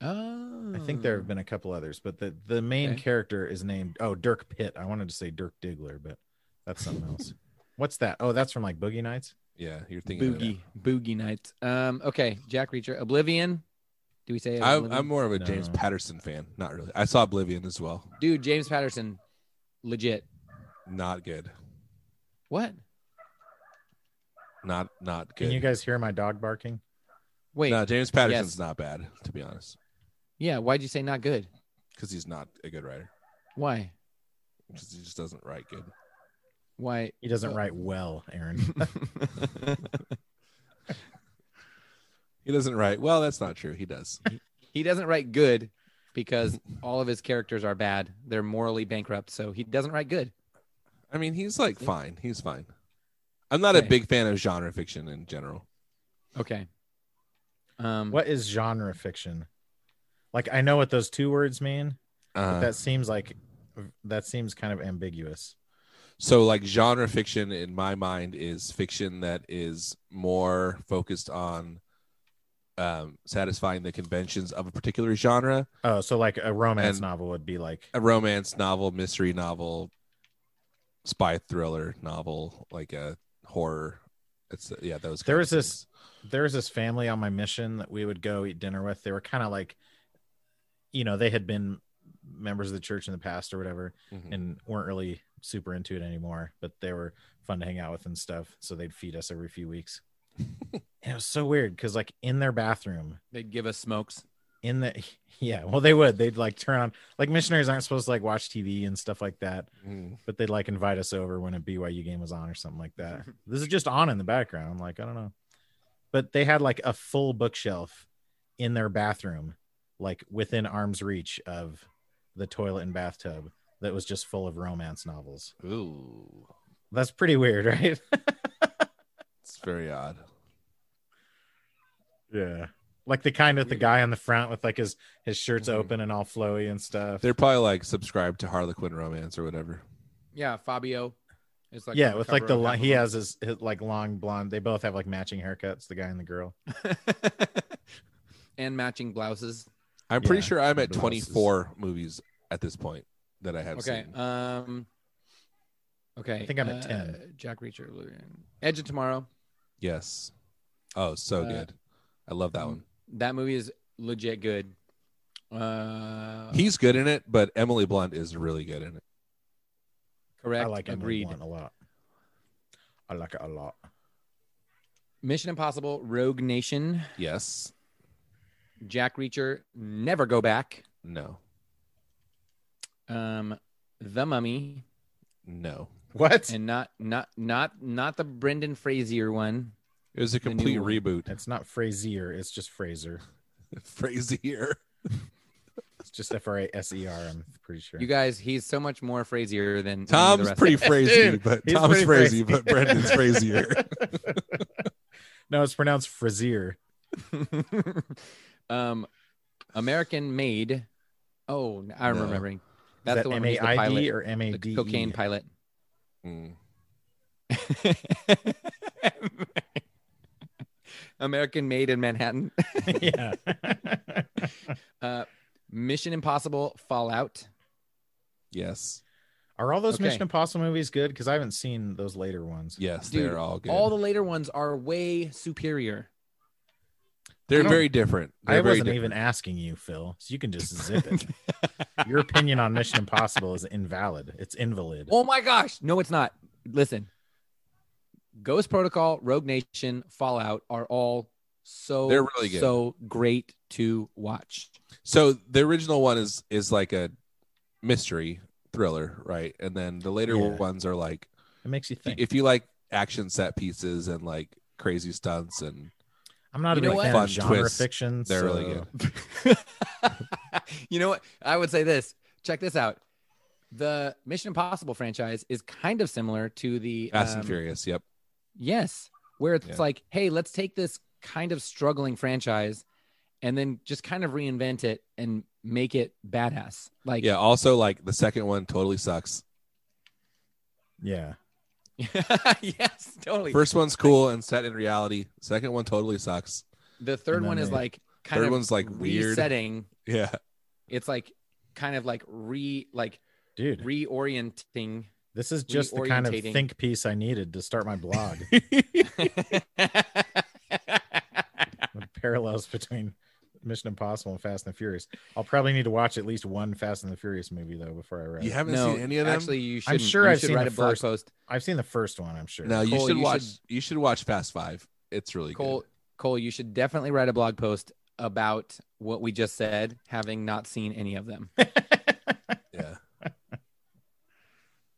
S2: Oh.
S3: I think there
S1: Hmm.
S3: have been a couple others, but the the main
S2: Okay.
S3: character is named oh Dirk Pitt. I wanted to say Dirk Diggler, but that's something else. What's that? Oh, that's from like Boogie Nights.
S1: Yeah, you're thinking. Of
S2: Boogie Boogie Nights. Um. Okay. Jack Reacher. Oblivion. Do we say it?
S1: I,
S2: Oblivion?
S1: I'm more of a James
S3: No.
S1: Patterson fan. Not really. I saw Oblivion as well.
S2: dude. James Patterson. Legit.
S1: Not good.
S2: What?
S1: Not not
S3: Can
S1: good.
S3: you guys hear my dog barking?
S2: Wait.
S1: no, James Patterson's
S2: Yes.
S1: not bad to be honest,
S2: Yeah. Why'd you say not good?
S1: because he's not a good writer.
S2: Why?
S1: Because he just doesn't write good.
S2: Why?
S3: He doesn't
S2: Uh,
S3: write well, Aaron.
S1: He doesn't write. Well, that's not true. He does.
S2: he doesn't write good because all of his characters are bad. They're morally bankrupt, so he doesn't write good.
S1: I mean, he's like fine. He's fine. I'm not a
S2: Right.
S1: big fan of genre fiction in general.
S2: Okay. Um.
S3: what is genre fiction? Like I know what those two words mean, but
S1: Uh,
S3: that seems like that seems kind of ambiguous.
S1: So, like, genre fiction in my mind is fiction that is more focused on um, satisfying the conventions of a particular genre
S3: Oh, so like a romance
S1: And-
S3: novel would be like
S1: a romance novel, mystery novel, spy thriller novel, like a horror, It's yeah, those.
S3: There
S1: kinds
S3: was
S1: of
S3: this- there was this family on my mission that we would go eat dinner with. They were kind of like, you know, they had been members of the church in the past or whatever,
S1: things. Mhm.
S3: and weren't really super into it anymore. But they were fun to hang out with and stuff. So they'd feed us every few weeks. and it was so weird because, like, in their bathroom,
S2: They'd give us smokes.
S3: in the yeah, well, they would. They'd like turn on like missionaries aren't supposed to like watch TV and stuff like that
S1: Mhm.
S3: but they'd like invite us over when a BYU game was on or something like that. this is just on in the background. I'm like, I don't know. But they had like a full bookshelf in their bathroom, like within arm's reach of the toilet and bathtub that was just full of romance novels.
S1: Ooh,
S3: That's pretty weird, right?
S1: it's very odd.
S3: yeah. Like the kind with the
S2: Weird. Mm-hmm.
S3: guy on the front with like his his shirt's
S1: Mhm.
S3: open and all flowy and stuff.
S1: They're probably like subscribed to Harlequin romance or whatever.
S2: Yeah, Fabio. It's like on
S3: yeah,
S2: the
S3: with like
S2: cover
S3: the
S2: of
S3: li-
S2: half
S3: he
S2: of
S3: has his, his like long blonde. They both have like matching haircuts, the guy and the girl.
S2: them. and matching blouses.
S1: I'm pretty
S3: Yeah,
S1: sure I'm at
S3: blouses.
S1: 24 movies at this point that I have
S2: Okay.
S1: seen.
S2: Um. Okay.
S3: I think I'm at
S2: uh,
S3: 10.
S2: Jack Reacher, Blue Ring. Edge of Tomorrow.
S1: yes. Oh, so
S2: uh,
S1: good. I love that one.
S2: That movie is legit good. Uh,
S1: He's good in it, but Emily Blunt is really good in it.
S2: correct.
S3: I like Emily
S2: Agreed.
S3: Blunt a lot. I like it a lot.
S2: Mission Impossible, Rogue Nation,
S1: Yes.
S2: Jack Reacher, Never Go Back,
S1: No.
S2: um, The Mummy,
S1: No.
S3: What?
S2: and not not not not the Brendan Frazier one.
S1: It was a
S2: The new
S1: complete
S2: one.
S1: reboot.
S3: It's not Frazier. It's just Fraser.
S1: Frazier.
S3: It's just F R A S E R. I'm pretty sure.
S2: You guys, he's so much more Frazier than any of the
S1: Tom's
S2: rest
S1: pretty
S2: of-
S1: frazzy,
S3: Dude,
S1: but
S3: he's
S1: Tom's
S3: pretty
S1: frazzy,
S3: frazzy.
S1: but Brendan's Frazier.
S3: no, it's pronounced Frazier.
S2: um, American Made. Oh, I'm
S1: No.
S2: remembering.
S3: Is
S2: That's
S3: that
S2: the one
S3: M
S2: where
S3: A
S2: he's the
S3: I
S2: pilot,
S3: D or M A
S2: the
S3: D? E?
S2: cocaine pilot.
S1: Mm.
S2: American Made in Manhattan.
S3: Yeah.
S2: Uh, Mission Impossible Fallout.
S1: Yes.
S3: Are all those
S2: Okay.
S3: Mission Impossible movies good? Because I haven't seen those later ones.
S1: Yes.
S2: Dude,
S1: they're all good.
S2: All the later ones are way superior.
S1: they're
S3: I don't-
S1: very different. They're
S3: I
S1: very
S3: wasn't
S1: different.
S3: even asking you, Phil. So you can just zip it. Your opinion on Mission Impossible is invalid. It's invalid.
S2: Oh my gosh. No, it's not. Listen. Ghost Protocol, Rogue Nation, Fallout are all so
S1: They're really good.
S2: so great to watch.
S1: So the original one is is like a mystery thriller, right? And then the later
S3: Yeah.
S1: ones are like
S3: It makes you think.
S1: if you like action set pieces and like crazy stunts and
S3: I'm not a
S2: You know
S3: big
S2: what?
S3: fan
S1: Fun
S3: of genre
S1: twists.
S3: fiction.
S1: They're really
S3: so-
S1: good.
S2: you know what? I would say this. Check this out. The Mission Impossible franchise is kind of similar to the
S1: Fast
S2: um,
S1: and Furious, yep.
S2: Yes, where it's
S1: Yeah.
S2: like, hey, let's take this kind of struggling franchise and then just kind of reinvent it and make it badass. Like,
S1: Yeah, also like the second one totally sucks.
S3: Yeah.
S2: yes, totally.
S1: First one's cool and set in reality. Second one totally sucks.
S2: the third
S3: and
S2: one
S3: then
S2: is
S3: they-
S2: like kind
S1: Third
S2: of
S1: one's, like, weird.
S2: resetting.
S1: Yeah.
S2: It's like kind of like re like
S3: Dude.
S2: reorienting.
S3: This is just the kind of
S2: reorientating.
S3: think piece I needed to start my blog. the parallels between Mission Impossible and Fast and the Furious. I'll probably need to watch at least one Fast and the Furious movie though before I write.
S1: You
S3: it.
S1: haven't
S2: no,
S1: seen any of them?
S2: Actually, you should.
S3: I'm sure
S2: you
S3: I've
S2: should
S3: seen
S2: write
S3: the
S2: a blog
S3: first-
S2: post.
S3: I've seen the first one, I'm sure.
S1: no, you
S2: Cole,
S1: should
S2: you
S1: watch
S2: should-
S1: you should watch Fast Five. It's really
S2: Cole, Cole, you should definitely write a blog post about what we just said, having not seen any of them.
S1: good. Yeah.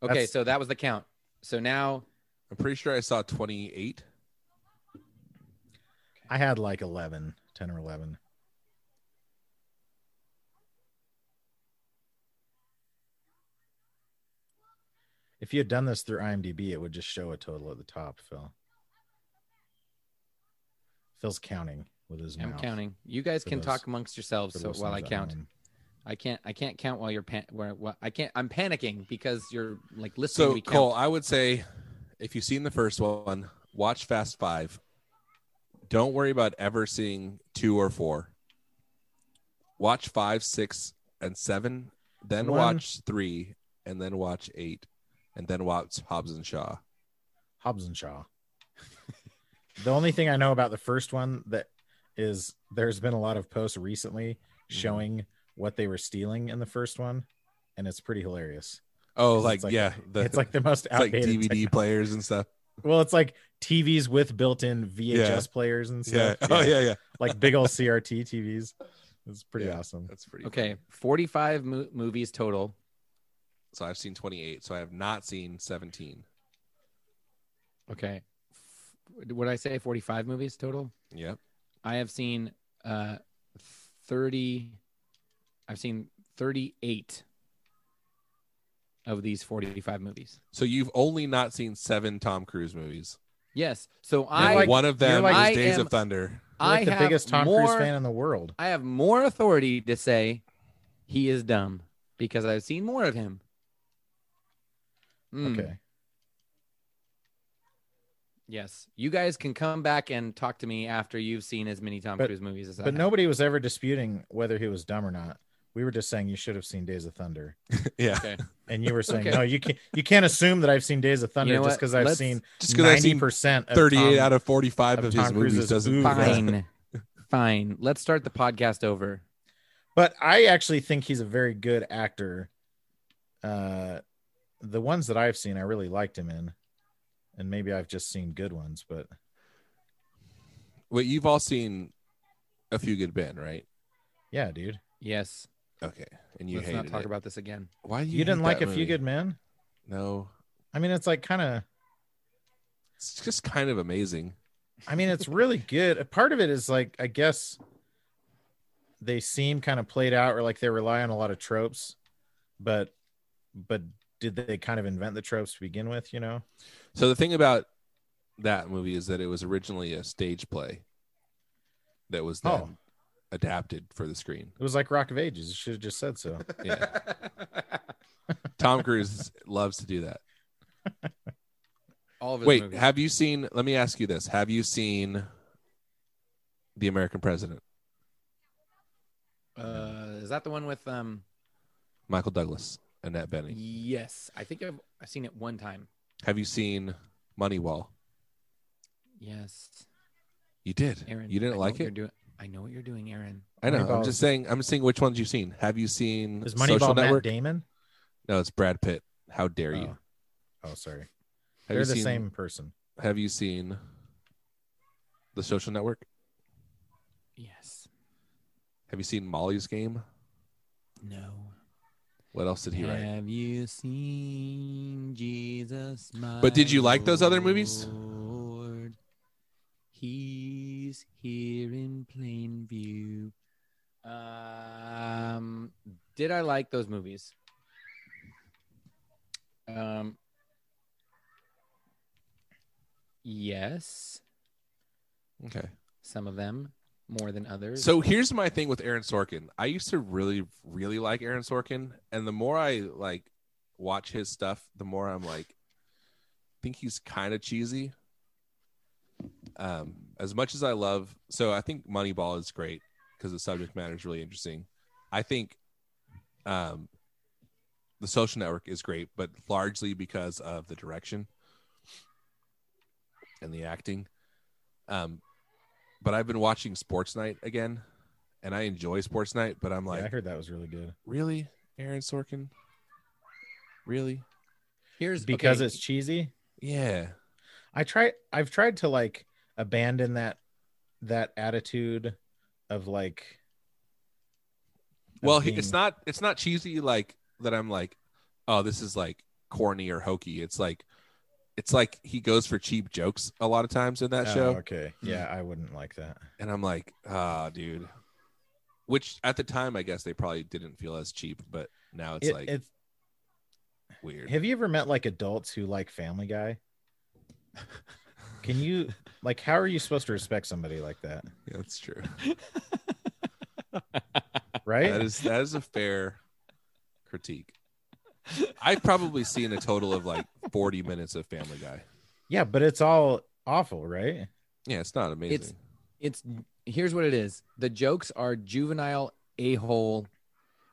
S2: Okay,
S3: That's-
S2: so that was the count. So now,
S1: I'm pretty sure I saw twenty eight.
S3: I had like 11, 10 or 11. If you had done this through IMDb, it would just show a total at the top, Phil. Phil's counting with his
S2: I'm
S3: mouth.
S2: counting. You guys
S3: For
S2: can
S3: those-
S2: talk amongst yourselves
S3: for
S2: so
S3: listeners
S2: while I
S3: at
S2: count.
S3: home.
S2: I can't. I can't count while you're pan- where, wh- I can't. I'm panicking because you're like listening. to
S1: So
S2: me count.
S1: Cole, I would say if you've seen the first one, watch Fast Five. Don't worry about ever seeing two or four. Watch five, six, and seven, then
S3: One.
S1: watch three, and then watch eight, and then watch Hobbs and Shaw.
S3: Hobbs and Shaw. The only thing I know about the first one that is there's been a lot of posts recently
S2: Mm-hmm.
S3: showing what they were stealing in the first one, and it's pretty hilarious.
S1: Oh,
S3: 'Cause
S1: like,
S3: it's like-
S1: yeah, the,
S3: it's like the most
S1: it's like
S3: outdated
S1: DVD
S3: techno-
S1: players and stuff.
S3: Well, it's like TVs with built-in VHS players and
S1: Yeah.
S3: stuff.
S1: Oh yeah, yeah.
S3: like big old CRT TVs. It's pretty
S1: Yeah.
S3: awesome.
S1: That's pretty.
S2: Okay, 45 mo- movies total.
S1: So I've seen 28. So I have not seen 17.
S2: Okay. F- would I say 45 movies total?
S1: Yep.
S2: I have seen uh 30 I've seen 38 of these 45 movies.
S1: So you've only not seen seven Tom Cruise movies.
S2: Yes. So
S1: And
S2: I
S3: like-
S1: one of them
S3: you're
S2: like-
S1: is Days
S2: I am-
S1: of Thunder.
S3: You're like
S2: I
S3: the
S2: have
S3: biggest Tom
S2: more,
S3: Cruise fan in the world.
S2: I have more authority to say he is dumb because I've seen more of him.
S1: Hmm.
S2: Mm,
S3: Okay.
S2: Yes. You guys can come back and talk to me after you've seen as many Tom
S3: But-
S2: Cruise movies as I
S3: But
S2: have.
S3: nobody was ever disputing whether he was dumb or not. We were just saying you should have seen Days of Thunder.
S1: Yeah.
S2: Okay.
S3: And you were saying,
S2: Okay.
S3: no, you can't you can't assume that I've seen Days of Thunder
S2: know
S3: just
S2: what?
S3: because I've
S2: Let's-
S3: seen
S1: Just because I've
S3: ninety
S1: seen
S3: percent
S1: 38 out of 45 of,
S3: of
S1: his
S3: Tom
S1: movies
S3: Cruise's
S1: doesn't.
S3: ooze.
S2: Fine. Fine. Let's start the podcast over.
S3: But I actually think he's a very good actor. Uh the ones that I've seen, I really liked him in. And maybe I've just seen good ones, but
S1: Wait, you've all seen A Few Good Men, right?
S3: yeah, dude.
S2: Yes.
S1: Okay. And you
S2: Let's
S1: hated
S2: not talk
S1: it.
S2: about this again.
S1: Why do you
S3: You, didn't
S1: hate
S3: like
S1: that
S3: a few
S1: movie?
S3: good men?
S1: No.
S3: I mean, it's like kind of.
S1: It's just kind of amazing.
S3: I mean, it's really good. A part of it is like I guess they seem kind of played out, or like they rely on a lot of tropes, but but did they kind of invent the tropes to begin with? You know,
S1: So the thing about that movie is that it was originally a stage play that was then
S3: Oh.
S1: adapted for the screen.
S3: it was like Rock of Ages. You should have just said so.
S1: Yeah. Tom Cruise loves to do that.
S2: All of his
S1: Wait,
S2: movies.
S1: have you seen? Let me ask you this: Have you seen the American President,
S2: uh, is that the one with um?
S1: Michael Douglas, Annette Bening?
S2: Yes, I think I've I've seen it one time.
S1: Have you seen Moneyball?
S2: Yes,
S1: You did.
S2: Aaron.
S1: you
S2: I
S1: didn't
S2: know
S1: like
S2: what You're
S1: it.
S2: doing. I know what you're doing, Aaron.
S1: I know. I'm
S3: Moneyball-
S1: just saying. I'm just saying which ones you've seen. Have you seen
S3: Is
S1: Social
S3: Moneyball Matt
S1: Network?
S3: Damon?
S1: no, it's Brad Pitt. How dare you?
S3: Oh. Oh, sorry,
S1: Have
S3: they're
S1: you
S3: the
S1: seen,
S3: same person.
S1: Have you seen the Social Network?
S2: Yes.
S1: Have you seen Molly's Game?
S2: No.
S1: What else did he write?
S2: Have you seen Jesus? My
S1: But did you like those other movies?
S2: Lord? He's here in plain view. Um, did I like those movies? Um, yes,
S1: Okay.
S2: some of them more than others.
S1: So here's my thing with Aaron Sorkin. I used to really, really like Aaron Sorkin, and the more I like watch his stuff, the more I'm like, think he's kind of cheesy. Um, as much as I love, so I think Moneyball is great because the subject matter is really interesting. I think, um, the Social Network is great, but largely because of the direction and the acting. Um, but I've been watching Sports Night again, and I enjoy Sports Night. But I'm like,
S3: yeah, I heard that was really good
S1: really, Aaron Sorkin? Really?
S2: here's
S3: because
S2: okay,
S3: it's cheesy.
S1: Yeah.
S3: I try I've tried to like abandon that that attitude of like of
S1: Well, he-
S3: being-
S1: it's not. It's not cheesy like that. I'm like, oh, this is like corny or hokey. It's like, it's like he goes for cheap jokes a lot of times in that
S3: Oh,
S1: show, Hmm.
S3: Okay. Yeah, I wouldn't like that.
S1: and I'm like, ah, dude. Which at the time, I guess they probably didn't feel as cheap, but now it's
S3: It-
S1: like
S3: it's-
S1: weird.
S3: have you ever met like adults who like Family Guy? Can you like how are you supposed to respect somebody like that?
S1: Yeah, that's true. That
S3: Right?
S1: is that is a fair critique. I've probably seen a total of like 40 minutes of Family Guy.
S3: yeah, but it's all awful, right?
S1: Yeah, it's not amazing.
S2: It's- it's here's what it is. The jokes are juvenile a hole.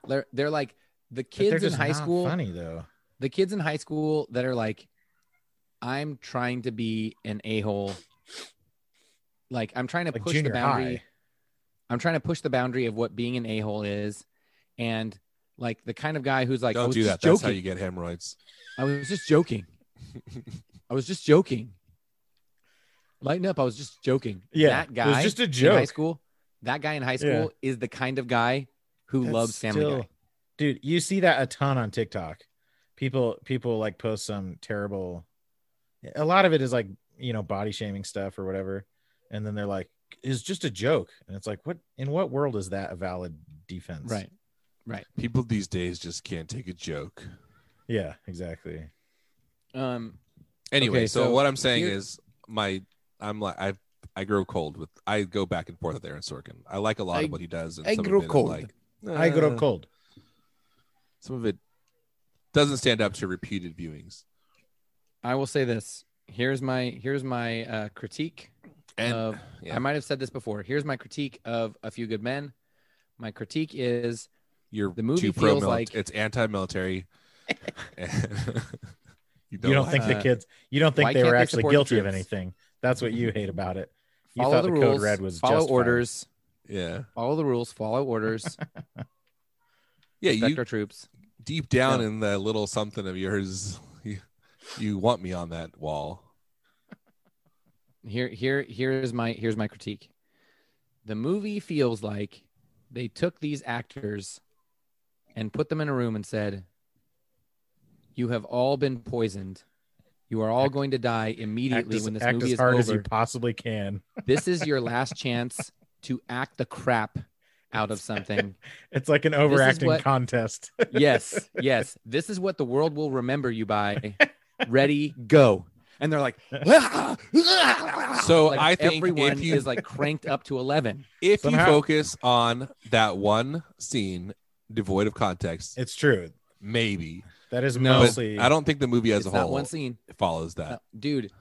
S2: They're they're like the
S3: But they're
S2: kids in
S3: just
S2: high
S3: not
S2: school.
S3: Funny though.
S2: The kids in high school that are like, I'm trying to be an a hole, like I'm trying to
S3: Like
S2: push the
S3: junior
S2: boundary.
S3: high.
S2: I'm trying to push the boundary of what being an a hole is, and like the kind of guy who's like, I
S1: Don't
S2: was
S1: do
S2: just
S1: that.
S2: joking.
S1: That's how you get hemorrhoids.
S2: I was just joking. I was just joking. Lighten up. I was just joking.
S3: Yeah,
S2: that guy
S3: It was just a
S2: in high
S3: joke.
S2: school. That guy in high
S3: Yeah.
S2: school is the kind of guy who
S3: That's
S2: loves Family
S3: still-
S2: Guy.
S3: Dude, you see that a ton on TikTok. People people like post some terrible a lot of it is like, you know, body shaming stuff or whatever. And then they're like, it's just a joke. And it's like, what in what world is that a valid defense?
S2: Right.
S1: People these days just can't take a joke.
S3: Yeah, exactly.
S2: Um.
S1: Anyway,
S2: Okay,
S1: so,
S2: so
S1: what I'm saying
S2: here-
S1: is my I'm like I I grow cold with I go back and forth with Aaron Sorkin. I like a lot
S2: I-
S1: of what he does. And
S2: I
S1: some
S2: grow
S1: of it I'm
S2: cold.
S1: Like,
S3: I go
S1: "Uh,
S3: to cold.
S1: Some of it doesn't stand up to repeated viewings.
S2: I will say this. Here's my here's my uh, critique
S1: And
S2: of
S1: yeah,
S2: I might have said this before. Here's my critique of A Few Good Men. My critique is
S1: you're
S2: the movie
S1: too pro
S2: feels like-
S1: it's anti-military. And-
S3: you don't
S1: like
S3: think
S1: it.
S3: the
S2: Uh,
S3: kids you don't think
S2: why
S3: they
S2: can't
S3: were
S2: they
S3: actually
S2: support the
S3: guilty of
S2: troops?
S3: anything that's what you hate about it you
S2: follow
S3: thought
S2: the
S3: the
S2: rules,
S3: code red was
S2: follow
S3: justified.
S2: orders,
S1: yeah
S2: follow the rules, follow orders,
S1: yeah
S2: respect
S1: you
S2: our troops.
S1: deep down
S3: No.
S1: in that little something of yours you, you want me on that wall
S2: Here here here's my here's my critique. The movie feels like they took these actors and put them in a room and said, "You have all been poisoned. You are all
S3: Act-
S2: going to die immediately
S3: act as,
S2: when this
S3: act
S2: movie
S3: as
S2: is
S3: hard
S2: over."
S3: as you possibly can
S2: this is your last chance to act the crap out of something.
S3: it's like an overacting
S2: what-
S3: contest
S2: Yes, yes. This is what the world will remember you by. Ready, go. And they're like,
S1: So
S2: Like,
S1: I think if
S2: everyone
S1: you-
S2: is like cranked up to 11.
S1: if
S3: Somehow-
S1: you focus on that one scene devoid of context
S3: it's true
S1: maybe
S3: that is
S1: but
S2: No.
S3: mostly
S1: i don't think the movie as
S2: It's
S1: a
S2: not
S1: whole
S2: one scene.
S1: follows
S2: No,
S1: that
S2: Uh, dude,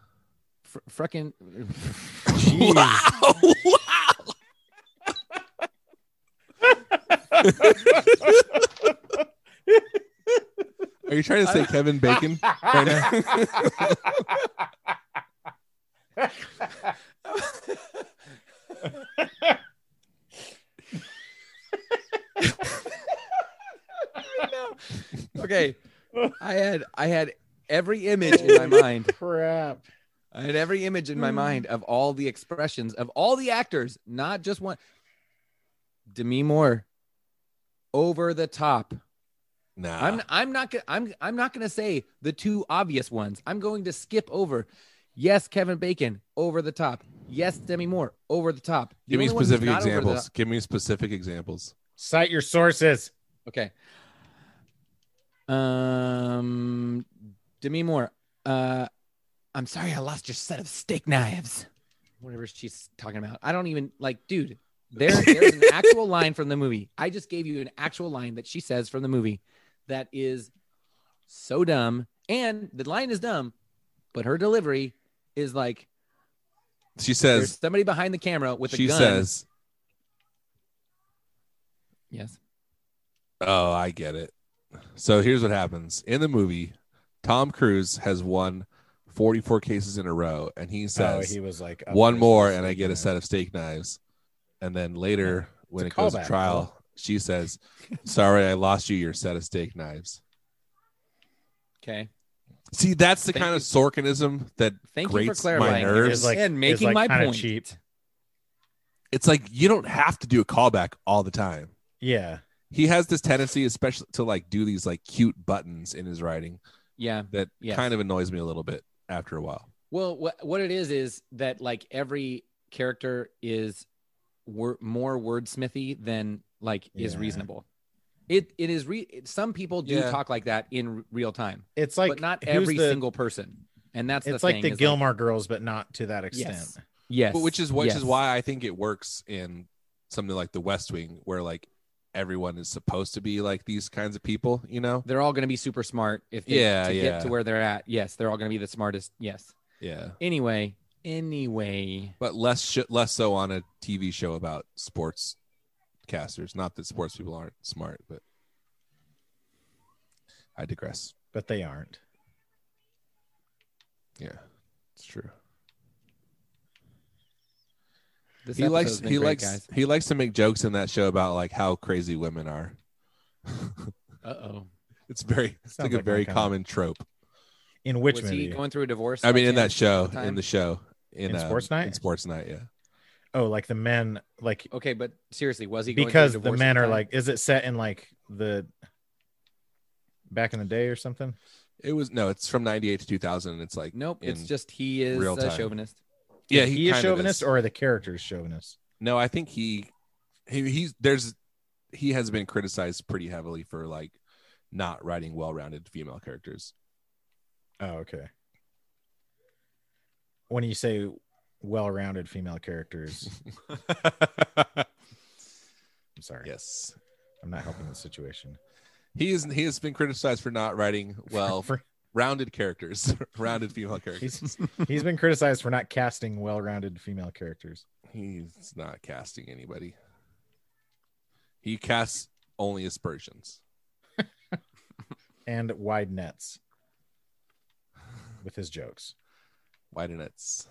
S2: fr- frickin'
S3: Jeez.
S1: wow wow are you trying to say kevin bacon right now?
S2: okay. I had I had every image in my mind.
S3: crap
S2: I had every image
S1: Mm.
S2: in my mind of all the expressions of all the actors, not just one. Demi Moore, over the top.
S1: nah
S2: I'm I'm not gonna I'm I'm not gonna say the two obvious ones. I'm going to skip over. Yes, Kevin Bacon, over the top. Yes, Demi Moore, over the top. The
S1: give me
S2: only one who's
S1: specific
S2: not over the
S1: examples give me specific examples
S3: cite your sources
S2: Okay. Um, Demi Moore. Uh, I'm sorry, I lost your set of steak knives. Whatever she's talking about, I don't even like, dude. There, there's an actual line from the movie. I just gave you an actual line that she says from the movie that is so dumb, and the line is dumb, but her delivery is like
S1: she
S2: there's
S1: says
S2: somebody behind the camera with a
S1: she
S2: gun.
S1: says
S2: yes.
S1: Oh, I get it. So here's what happens in the movie: Tom Cruise has won 44 cases in a row, and he says
S3: oh he was like up
S1: one
S3: versus
S1: more,
S3: the
S1: and I get a
S3: steak
S1: set of steak knives. And then later, when
S3: a
S1: it goes to
S3: callback,
S1: trial, she says, "Sorry, I lost you your set of steak knives."
S2: Okay.
S1: See, that's the
S2: Thank
S1: kind
S2: you.
S1: of Sorkinism that
S2: Thank you for
S1: grates my
S2: clarifying.
S3: knife.
S1: nerves.
S3: It's like-
S2: and
S3: it's
S2: making my
S3: like kinda
S2: point.
S3: cheap.
S1: it's like you don't have to do a callback all the time.
S3: yeah
S1: He has this tendency, especially to like do these like cute buttons in his writing
S2: Yeah.
S1: that
S2: Yes.
S1: kind of annoys me a little bit after a while.
S2: Well, what what it is is that like every character is wor- more wordsmithy than like is
S3: Yeah.
S2: reasonable. It it is re- it- some people do
S1: Yeah.
S2: talk like that in r- real time,
S3: it's like
S2: but not
S3: who's
S2: every
S3: the-
S2: single person. And that's
S3: it's
S2: the
S3: like
S2: thing,
S3: the
S2: is,
S3: Gilmore Girls, but not to that extent.
S2: Yes. yes,
S1: But which is which
S2: yes.
S1: is why I think it works in something like The West Wing, where like everyone is supposed to be like these kinds of people, you know?
S2: they're all going to be super smart if they
S1: Yeah,
S2: to
S1: yeah.
S2: get to where they're at. Yes, they're all going to be the smartest. Yes.
S1: Yeah.
S2: Anyway, anyway,
S1: But less sh- less so on a TV show about sports casters. Not that sports people aren't smart, but I digress.
S3: But they aren't.
S1: Yeah, it's true.
S2: This
S1: he likes
S2: episode's been
S1: he
S2: great,
S1: likes
S2: guys.
S1: he likes to make jokes in that show about like how crazy women are.
S2: Uh oh.
S1: It's very it's
S3: Sounds
S1: like a
S3: like
S1: very
S3: my kind of-
S1: common trope.
S3: In which
S2: Was he
S3: movie?
S2: going through a divorce?
S1: I mean, in that
S2: chance?
S1: show,
S2: the
S1: in the show, in,
S3: In
S1: um,
S3: Sports Night?
S1: in Sports Night, yeah.
S3: oh, like the men, like
S2: Okay, but seriously, was he going through a
S3: because the
S2: divorce at
S3: men are
S2: time?
S3: like. Is it set in like the back in the day or something?
S1: It was no, it's from '98 to 2000, and it's like
S2: nope. It's
S1: in
S2: just he is
S1: real
S2: a
S1: time.
S2: chauvinist.
S1: yeah,
S3: Is
S1: he,
S3: he, is
S1: kind of is.
S3: chauvinist or are the characters chauvinist?
S1: no, I think he he he's there's he has been criticized pretty heavily for like not writing well-rounded female characters.
S3: Oh, okay. When you say well-rounded female characters, I'm sorry,
S1: yes,
S3: I'm not helping the situation.
S1: he is he has been criticized for not writing well
S3: For-
S1: rounded characters, rounded female characters.
S3: he's he's been criticized for not casting well-rounded female characters.
S1: He's not casting anybody. He casts only aspersions.
S3: and wide nets with his jokes.
S1: Widenets.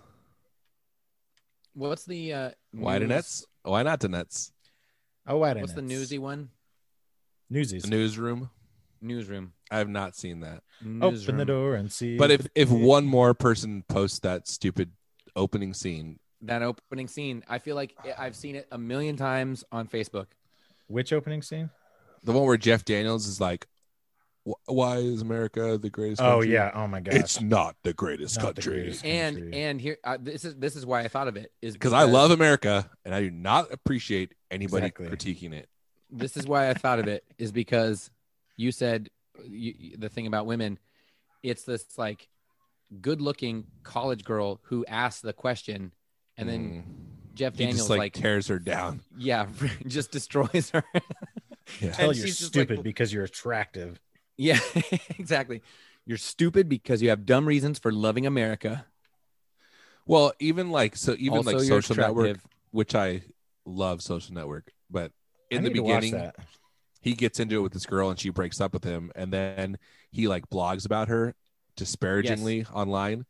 S2: What's the uh, news-
S1: Widenets? Why not the nets?
S3: Oh, wide
S2: What's the
S3: nets.
S2: newsy one?
S3: Newsies.
S1: The newsroom.
S2: Newsroom.
S1: I have not seen that.
S3: Open
S2: Newsroom.
S3: the door and see.
S1: But if if one more person posts that stupid opening scene,
S2: That opening scene. I feel like I- I've seen it a million times on Facebook.
S3: which opening scene?
S1: the one where Jeff Daniels is like, "Wh- "Why is America the greatest?"
S3: Oh
S1: country?"
S3: yeah. Oh my gosh.
S1: it's not the greatest
S3: Not the
S1: country
S3: greatest.
S2: And
S3: Country.
S2: and here uh, this is this is why I thought of it is
S1: because I love America and I do not appreciate anybody
S3: Exactly.
S1: critiquing it.
S2: this is why I thought of it is because you said you, you- the thing about women. It's this like good looking college girl who asks the question, and then Jeff
S1: Mm. he
S2: Daniels
S1: just
S2: like,
S1: like tears her down.
S2: yeah, just destroys her.
S1: Yeah.
S3: Tell
S2: and
S3: you're
S2: she's just like-
S3: stupid because you're attractive.
S2: Yeah, exactly. You're stupid because you have dumb reasons for loving America.
S1: Well, even like so, even
S2: also,
S1: like
S2: you're
S1: social network,
S2: attractive.
S1: which I love social network, but in
S3: I
S1: the
S3: need to watch
S1: beginning,
S3: that.
S1: he gets into it with this girl and she breaks up with him and then he like blogs about her disparagingly online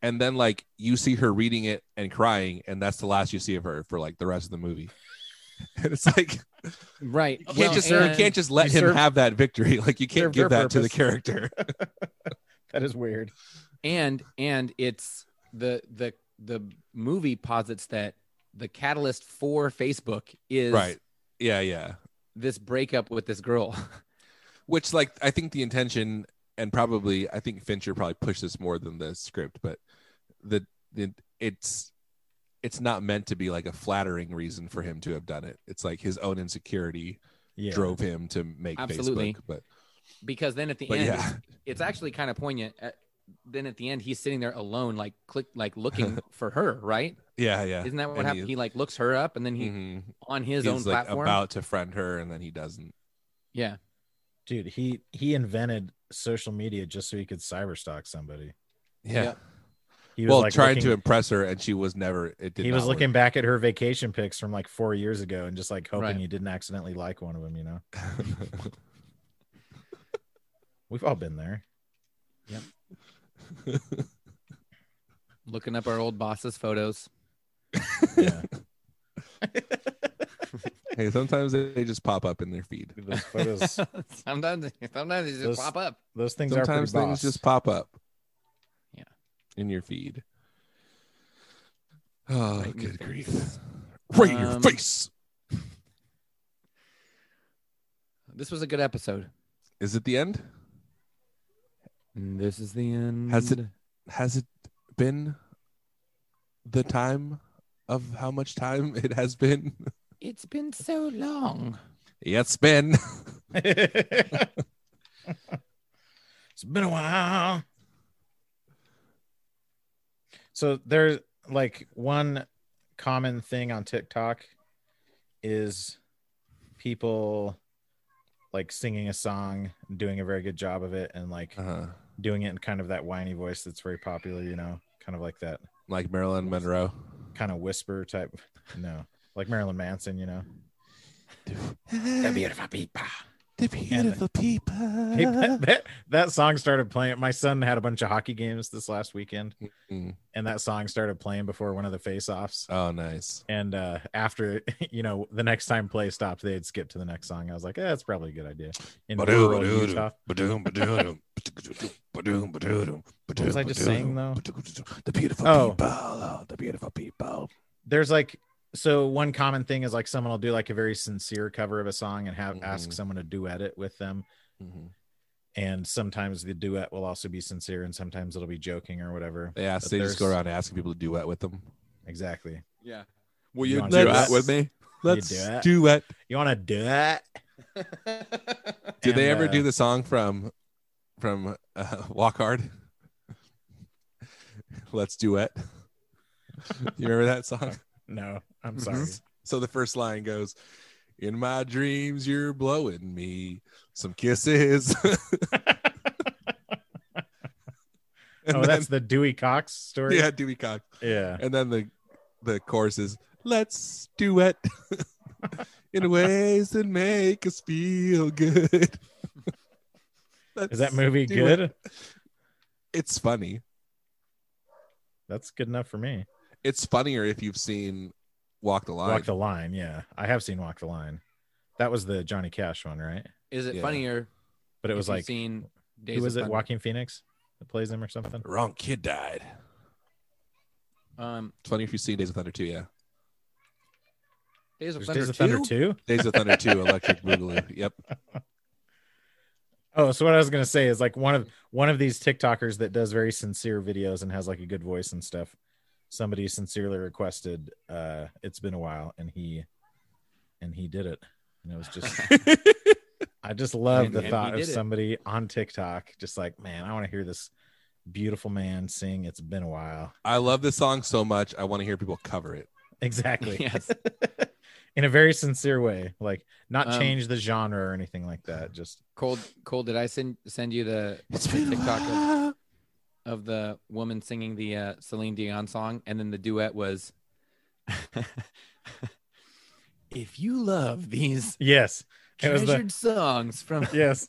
S1: and then like you see her reading it and crying and that's the last you see of her for like the rest of the movie and it's like you
S2: right?
S1: can't
S2: Well,
S1: just
S2: and-
S1: you can't just let
S3: you
S1: him
S3: serve-
S1: have that victory like you can't
S3: served
S1: give
S3: her
S1: that to the
S3: purpose.
S1: character
S3: That is weird.
S2: and and it's the the the movie posits that the catalyst for Facebook is
S1: right yeah yeah
S2: this breakup with this girl.
S1: which like i think the intention and probably i think fincher probably pushed this more than the script but the, the it's it's not meant to be like a flattering reason for him to have done it it's like his own insecurity
S3: Yeah.
S1: drove him to make
S2: Absolutely.
S1: facebook but
S2: because then at the
S1: but
S2: end,
S1: yeah
S2: it's actually kind of poignant. At, then at the end, he's sitting there alone, like click, like looking for her. Right?
S1: yeah yeah
S2: Isn't that what
S1: And
S2: happened? He, like looks her up, and then he
S1: mhm.
S2: on his
S1: he's
S2: own
S1: like
S2: platform.
S1: about to friend her and then he doesn't
S2: yeah,
S3: Dude, he he invented social media just so he could cyberstalk somebody.
S1: yeah
S2: Yep.
S3: He was
S1: well
S3: like
S1: trying to
S3: looking,
S1: impress her and she was never it did
S3: He was
S1: not
S3: looking
S1: work.
S3: back at her vacation pics from like four years ago and just like hoping
S2: Right.
S3: you didn't accidentally like one of them. You know, we've all been there.
S2: looking up our old boss's photos.
S3: Yeah.
S1: hey sometimes they they just pop up in their feed
S3: Those photos
S2: sometimes, sometimes they just
S3: Those-
S2: pop up.
S3: Those things are pretty
S1: sometimes things
S3: boss.
S1: just pop up
S2: Yeah.
S1: in your feed oh
S2: Right in your
S1: good
S2: face.
S1: grief right in your
S2: Um,
S1: face
S2: This was a good episode.
S1: is it the end
S2: This is the end.
S1: Has it- has it been the time of how much time it has been
S2: It's been so long.
S1: yeah it's been
S3: it's been a while. So there's like one common thing on TikTok is people like singing a song, doing a very good job of it, and like
S1: uh,
S3: doing it in kind of that whiny voice that's very popular, you know, kind of like that
S1: like marilyn monroe
S3: kind of whisper type. No, like Marilyn Manson, you know.
S1: the beautiful people The beautiful people.
S3: Hey, that, that, that song started playing. My son had a bunch of hockey games this last weekend,
S1: Mm.
S3: and that song started playing before one of the face-offs.
S1: Oh, nice.
S3: And uh, after, you know, the next time play stopped, they'd skip to the next song. I was like, eh, that's probably a good idea. In
S1: Ba-doo,
S3: rural
S1: ba-doo,
S3: Utah.
S1: ba-doo, ba-doo, ba-doo, ba-doo, ba-doo, ba-doo,
S3: was I just
S1: ba-doo,
S3: saying, though?
S1: ba-doo, The beautiful
S3: Oh.
S1: people. Oh, the beautiful people.
S3: there's like so one common thing is like someone will do like a very sincere cover of a song and have ask
S1: Mhm.
S3: someone to duet it with them
S1: Mhm.
S3: and sometimes the duet will also be sincere and sometimes it'll be joking or whatever
S1: Yeah,
S3: But
S1: so they just go
S3: there's-
S1: around asking people to duet with them.
S3: exactly
S2: Yeah.
S1: Will
S3: You
S1: you
S3: wanna
S1: do
S3: duet?
S1: it with me? Let's
S3: duet?
S1: do it.
S3: you want to duet
S1: Did they
S3: And,
S1: ever
S3: uh,
S1: do the song from from uh, Walk Hard? Let's duet. you remember that song?
S3: no i'm
S1: Mm-hmm.
S3: sorry
S1: So the first line goes, "In my dreams, you're blowing me some kisses." and
S3: oh
S1: then,
S3: that's the dewey cox story
S1: yeah, Dewey Cox.
S3: yeah
S1: And then the the chorus is, "Let's duet in ways that make us feel good."
S3: is
S1: Let's
S3: that movie
S1: do
S3: good
S1: it. It's funny.
S3: that's good enough for me
S1: it's funnier if you've seen Walk the Line.
S3: walk the line yeah i have seen walk the line that was the johnny cash one right
S2: Is it
S1: Yeah.
S2: funnier?
S3: but it
S2: if
S3: was
S2: you've
S3: like
S2: seen Days
S3: who
S2: of
S3: was it
S2: Thunder?
S3: walking phoenix that plays him or something
S1: Wrong kid died.
S2: Um,
S1: It's funny if you've seen Days of Thunder 2, yeah.
S2: Days of
S3: There's
S2: Thunder
S3: Days of Thunder
S2: 2?
S3: 2?
S1: Days of Thunder 2, Electric Boogaloo. Yep.
S3: Oh, so what I was gonna say is like one of one of these TikTokers that does very sincere videos and has like a good voice and stuff. Somebody sincerely requested uh it's been a while and he and he did it. And it was just I just love
S2: And-
S3: the
S2: and he
S3: thought of
S2: did it.
S3: somebody on TikTok just like, man, I want to hear this beautiful man sing it's been a while.
S1: I love this song so much. I want to hear people cover it.
S3: Exactly.
S2: Yes.
S3: In a very sincere way, like not
S2: Um,
S3: change the genre or anything like that. Just
S2: Cold, cold. Did I send send you the
S1: It's
S2: the TikTok of, of the woman singing the uh, Celine Dion song, and then the duet was, "If you love these
S3: yes. It was
S2: treasured
S3: the-
S2: songs from,"
S3: Yes.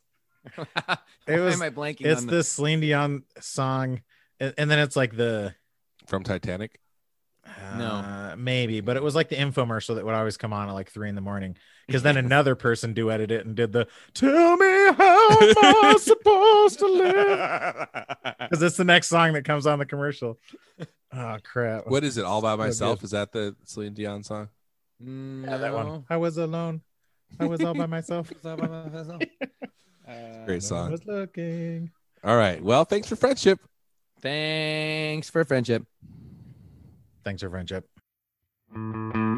S2: Why
S3: It was
S2: am I blanking
S3: it's
S2: on
S3: this Celine Dion song, and, and then it's like the
S1: From Titanic.
S3: uh, maybe, but it was like the infomercial that would always come on at like three in the morning because then another person duetted it and did the "Tell me how am I supposed to live?" Because it's the next song that comes on the commercial. Oh crap!
S1: What is it? All by myself?
S3: good.
S1: Is that the Celine Dion song?
S2: Mm, No.
S3: Yeah, that one. I was alone. I was all by myself.
S2: Uh,
S1: Great
S3: No
S1: song.
S3: one was looking.
S1: All right. Well, thanks for friendship.
S2: Uh, thanks for friendship.
S3: Thanks for friendship.
S4: Thank you.